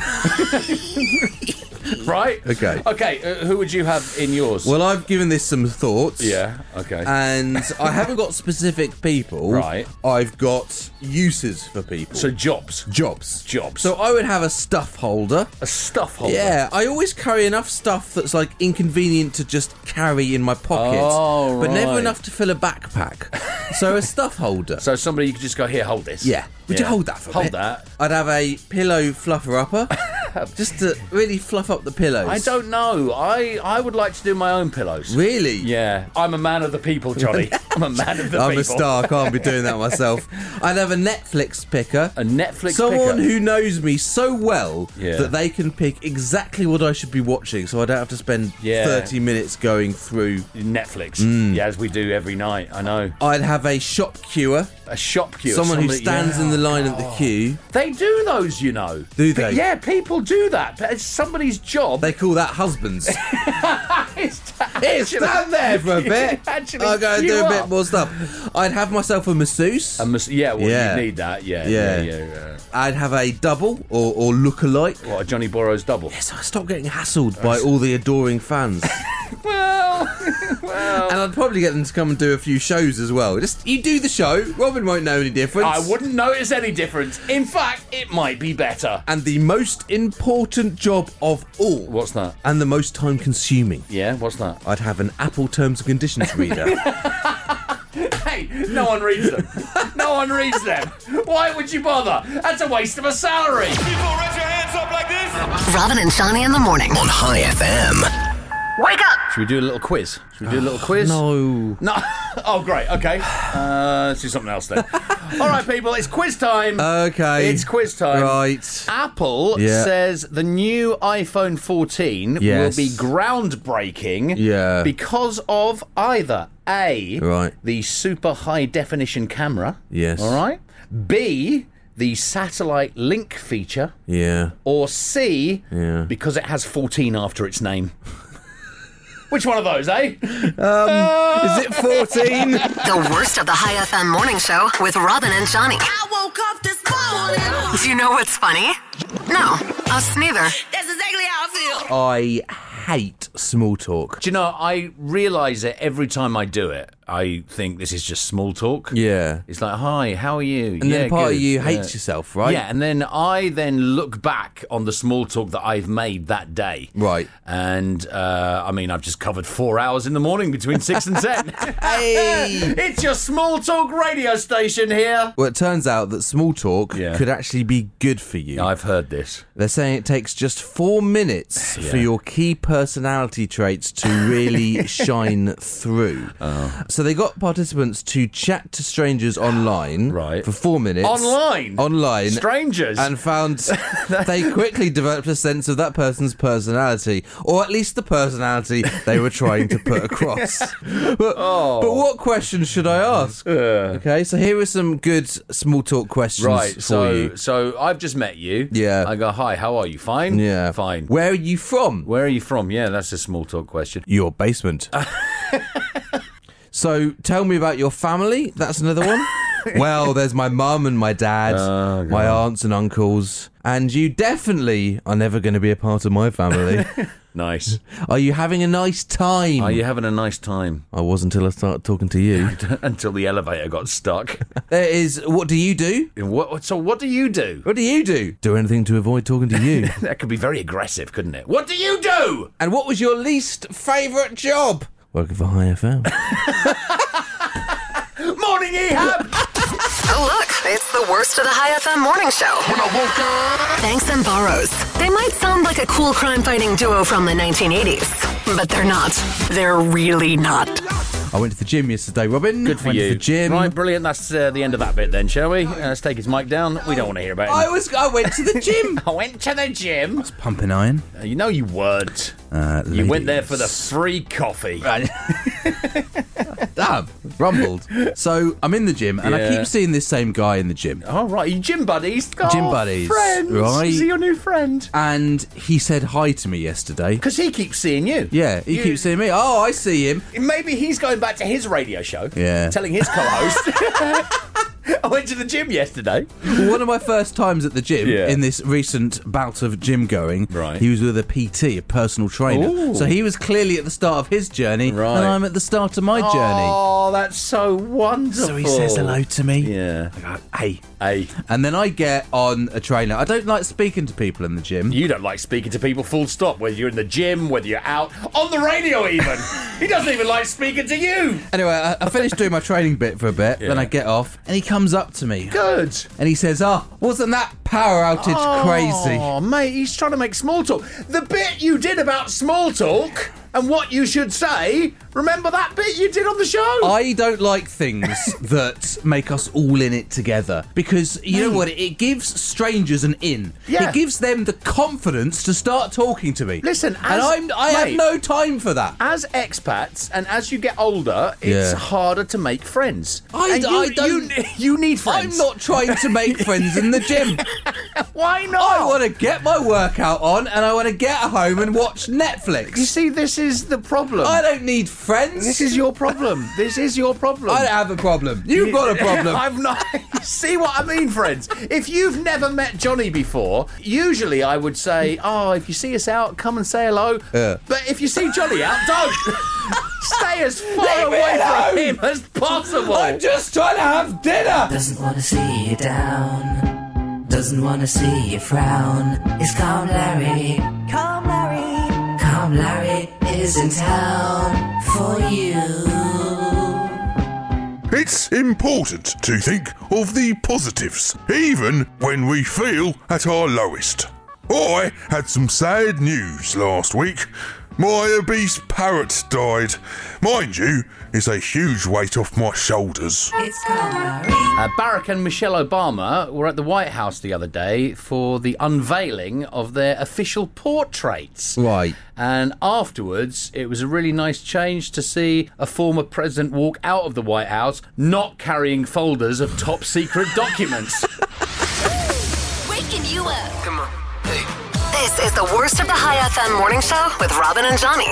S2: right?
S3: Okay.
S2: Okay, uh, who would you have in yours?
S3: Well, uh, I've given this some thoughts.
S2: Yeah, okay.
S3: And I haven't got specific people.
S2: Right.
S3: I've got uses for people.
S2: So jobs.
S3: Jobs.
S2: Jobs.
S3: So I would have a stuff holder.
S2: A stuff holder?
S3: Yeah, I always carry enough stuff that's like inconvenient to just carry in my pocket,
S2: Oh,
S3: but never
S2: right.
S3: enough to fill a backpack. so a stuff holder.
S2: So somebody you could just go, here, hold this.
S3: Yeah. Would you hold that for a
S2: Hold
S3: bit?
S2: that.
S3: I'd have a pillow fluffer upper.
S2: have?
S3: Just to really fluff up the pillows.
S2: I don't know. I, I would like to do my own pillows.
S3: Really?
S2: Yeah. I'm a man of the people, Johnny. I'm a man of the people.
S3: I'm a star. I can't be doing that myself. I'd have a Netflix picker.
S2: A Netflix
S3: Someone
S2: picker?
S3: who knows me so well
S2: Yeah.
S3: that they can pick exactly what I should be watching so I don't have to spend
S2: Yeah.
S3: 30 minutes going through
S2: Netflix.
S3: Mm.
S2: Yeah, as we do every night. I know.
S3: I'd have a shop queuer.
S2: A shop queue.
S3: Someone who
S2: Somebody- Oh.
S3: stands in the line at the queue.
S2: They do those, you know.
S3: Do
S2: But
S3: they?
S2: yeah, people do that. But it's somebody's job.
S3: They call that husbands.
S2: it's
S3: Here, stand there for a bit.
S2: Actually,
S3: I'll go and
S2: queue
S3: do a
S2: up.
S3: bit more stuff. I'd have myself a masseuse. A
S2: mas- yeah, well, you need that. Yeah, yeah, yeah. yeah.
S3: I'd have a double or, or look-alike.
S2: What, a Johnny Borrow's double?
S3: Yes, I stop getting hassled by all the adoring fans.
S2: Well, well.
S3: and I'd probably get them to come and do a few shows as well. Just you do the show. Robin won't know any difference.
S2: I wouldn't notice any difference. In fact, it might be better.
S3: And the most important job of all.
S2: What's that?
S3: And the most time-consuming.
S2: Yeah, what's that?
S3: I'd have an Apple Terms and Conditions reader.
S2: Hey, no one reads them. no one reads them. Why would you bother? That's a waste of a salary.
S4: Robin and Johnny in the morning. On
S1: High FM.
S4: Wake up!
S2: Should we do a little quiz? Should we do a little quiz?
S3: Ah, No.
S2: No. Oh, great. Okay. Uh, let's do something else then. All right, people. It's quiz time.
S3: Okay.
S2: It's quiz time.
S3: Right.
S2: Apple
S3: Yeah.
S2: says the new iPhone 14
S3: Yes.
S2: will be groundbreaking
S3: Yeah.
S2: because of either A,
S3: Right.
S2: the super high definition camera.
S3: Yes.
S2: All right. B, the satellite link feature.
S3: yeah.
S2: Or C,
S3: Yeah.
S2: because it has 14 after its name. Which one of those, eh?
S3: Is it 14?
S4: The worst of the High FM morning show with Robin and Johnny.
S11: I woke up this morning.
S4: Do you know what's funny? No, us neither.
S11: That's exactly how I feel.
S3: I hate small talk.
S2: Do you know, I realise it every time I do it. I think this is just small talk.
S3: Yeah.
S2: It's like, hi, how are you?
S3: And then part of
S2: good.
S3: you
S2: Yeah.
S3: hates yourself, right?
S2: Yeah, and then I then look back on the small talk that I've made that day.
S3: Right.
S2: And uh, I mean, I've just covered four hours in the morning between six and ten.
S3: Hey!
S2: it's your small talk radio station here.
S3: Well, it turns out that small talk
S2: Yeah.
S3: could actually be good for you.
S2: I've heard this.
S3: They're saying it takes just four minutes for your key personality traits to really shine through.
S2: Oh.
S3: So they got participants to chat to strangers online
S2: Right.
S3: for four minutes.
S2: Online?
S3: Online.
S2: Strangers.
S3: And found they quickly developed a sense of that person's personality, or at least the personality they were trying to put across. But,
S2: Oh.
S3: but what question should I ask? Okay, so here are some good small talk questions
S2: Right,
S3: for
S2: so
S3: you.
S2: so I've just met you.
S3: Yeah.
S2: I go, hi, how are you? Fine?
S3: Yeah.
S2: Fine.
S3: Where are you from?
S2: Where are you from? Yeah, that's a small talk question.
S3: Your basement. so tell me about your family. That's another one. well, there's my mum and my dad,
S2: Oh,
S3: my aunts and uncles. And you definitely are never going to be a part of my family.
S2: Nice.
S3: are you having a nice time?
S2: Are you having a nice time?
S3: I was until I started talking to you.
S2: Until the elevator got stuck.
S3: there is, what do you do?
S2: And what, so, what do you do?
S3: What do you do? Do anything to avoid talking to you.
S2: That could be very aggressive, couldn't it? What do you do?
S3: and what was your least favourite job? Working for High FM.
S2: Morning, Ehab!
S4: Oh, look, it's the worst of the High FM morning show. Banks and Burrows. They might sound like a cool crime fighting duo from the 1980s, but they're not. They're really not.
S3: I went to the gym yesterday, Robin.
S2: Good for
S3: went
S2: you.
S3: To the gym.
S2: Right, brilliant. That's uh, the end of that bit then, shall we? Uh, let's take his mic down. We don't want to hear about
S3: I
S2: it.
S3: was. I went to the gym.
S2: I went to the gym.
S10: Pumping iron.
S2: Uh, You know you weren't.
S10: Uh,
S2: You went there
S10: ladies.
S2: for the free coffee.
S3: Damn, rumbled. So I'm in the gym, and I
S2: Yeah.
S3: keep seeing this same guy in the gym.
S2: Oh, right. You gym buddies.
S3: Gym
S2: Oh,
S3: buddies,
S2: Friends.
S3: right.
S2: Is he your new friend?
S3: And he said hi to me yesterday.
S2: Because he keeps seeing you.
S3: Yeah, he
S2: You-
S3: keeps seeing me. Oh, I see him.
S2: Maybe he's going back to his radio show.
S3: Yeah.
S2: Telling his co-host. I went to the gym yesterday.
S3: One of my first times at the gym
S2: Yeah.
S3: in this recent bout of gym going.
S2: Right.
S3: He was with a PT, a personal trainer.
S2: Ooh.
S3: So he was clearly at the start of his journey,
S2: Right.
S3: and I'm at the start of my journey.
S2: Oh, that's so wonderful.
S3: So he says hello to me.
S2: Yeah.
S3: Hey.
S2: Hey,
S3: And then I get on a trainer. I don't like speaking to people in the gym.
S2: you don't like speaking to people full stop, whether you're in the gym, whether you're out, on the radio even. he doesn't even like speaking to you.
S3: Anyway, I, I finished doing my training bit for a bit, then I get off, and he comes up to me.
S2: Good.
S3: And he says, "Ah, wasn't that power outage crazy?"
S2: Oh, mate, he's trying to make small talk. The bit you did about small talk and what you should say, remember that bit you did on the show?
S3: I don't like things that make us all in it together because you know what? It, it gives strangers an in.
S2: Yeah.
S3: It gives them the confidence to start talking to me.
S2: Listen,
S3: and
S2: as-
S3: I'm, I have
S2: mate.
S3: no time for that.
S2: As expats and as you get older, it's
S3: Yeah.
S2: harder to make friends.
S3: I,
S2: And you-
S3: I don't.
S2: You, you need friends.
S3: I'm not trying to make friends in the gym.
S2: Why not?
S3: I want to get my workout on and I want to get home and watch Netflix.
S2: You see, this is the problem.
S3: I don't need friends.
S2: This is your problem. This is your problem.
S3: I don't have a problem. You've got a problem.
S2: I've not. See what I mean, friends? If you've never met Johnny before, usually I would say, "Oh, if you see us out, come and say hello."
S3: Yeah.
S2: But if you see Johnny out, don't. Stay as far
S3: Leave me
S2: away
S3: alone.
S2: from him as possible.
S3: I'm just trying to have dinner.
S8: Doesn't wanna see you down. Doesn't wanna see you frown. It's Calm Larry. Calm Larry. Calm Larry is in town for you.
S9: It's important to think of the positives, even when we feel at our lowest. I had some sad news last week. My obese parrot died. Mind you, it's a huge weight off my shoulders.
S2: Uh, Barack and Michelle Obama were at the White House the other day for the unveiling of their official portraits.
S3: Right.
S2: And afterwards, it was a really nice change to see a former president walk out of the White House not carrying folders of top secret documents.
S4: Waking you up. Come on. This is the worst of the High FM morning show with Robin and Johnny.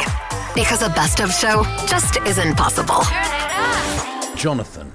S4: Because a best of show just isn't possible.
S2: Jonathan,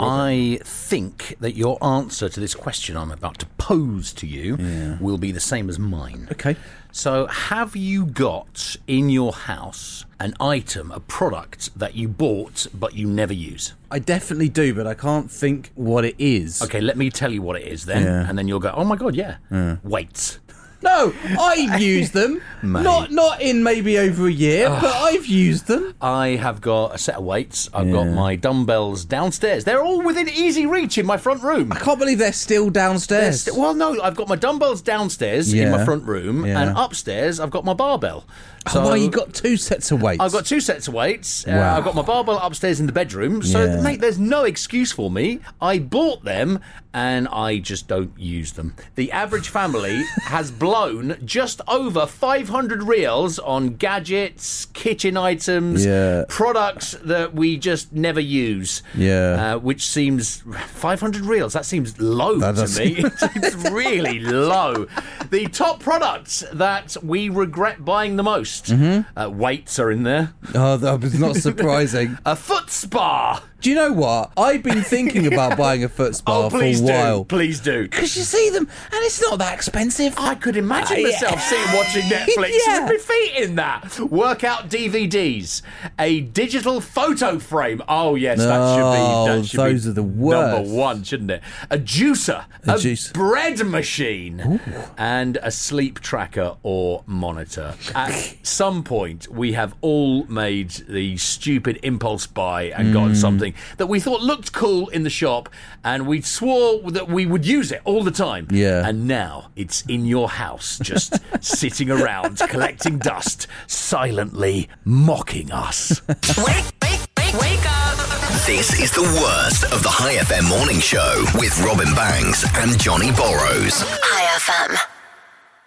S2: I think that your answer to this question I'm about to pose to you will be the same as mine.
S3: Okay.
S2: So, have you got in your house an item, a product that you bought but you never use?
S3: I definitely do, but I can't think what it is.
S2: Okay, let me tell you what it is then,
S10: Yeah.
S2: and then you'll go, oh my god, yeah. Weights.
S3: No, I've used them.
S2: Mate.
S3: not not in maybe over a year, but I've used them.
S2: I have got a set of weights. I've got my dumbbells downstairs. They're all within easy reach in my front room.
S3: I can't believe they're still
S2: They're
S3: downstairs.
S2: st- well, no, I've got my dumbbells downstairs in my
S3: Yeah.
S2: front room,
S3: Yeah.
S2: and upstairs I've got my barbell.
S3: oh, well, you got two sets of weights.
S2: I've got two sets of weights. Uh,
S3: Wow.
S2: I've got my barbell upstairs in the bedroom. So,
S3: Yeah.
S2: mate, there's no excuse for me. I bought them and I just don't use them. The average family has blown just over 500 reels on gadgets, kitchen items,
S10: Yeah.
S2: products that we just never use.
S10: Yeah.
S2: Uh, which seems 500 reels. That seems low
S10: That
S2: to
S10: does
S2: me. it seems really low. The top products that we regret buying the most.
S3: Mm-hmm.
S2: Uh, weights are in there.
S3: Oh, that was not surprising.
S2: A foot spa.
S3: do you know what? I've been thinking about buying a foot spa
S2: Oh,
S3: for a
S2: please do.
S3: while.
S2: Please do.
S3: Because you see them, and it's not that expensive.
S2: I could imagine
S3: Uh, yeah.
S2: myself sitting watching Netflix
S3: Yeah.
S2: with my feet in that. Workout DVDs, a digital photo frame. Oh yes, that should
S3: Oh,
S2: be. That should
S3: those
S2: be
S3: are the worst.
S2: Number one, shouldn't it? A juicer, a,
S3: A juicer.
S2: bread machine, and a sleep tracker or monitor. At some point, we have all made the stupid impulse buy and gotten something that we thought looked cool in the shop, and we swore that we would use it all the time.
S3: Yeah.
S2: And now it's in your house, just sitting around, collecting dust, silently mocking us.
S11: Wake, wake, wake, wake up.
S1: This is the worst of the High FM morning show with Robin Banks and Johnny Borrows.
S4: High FM.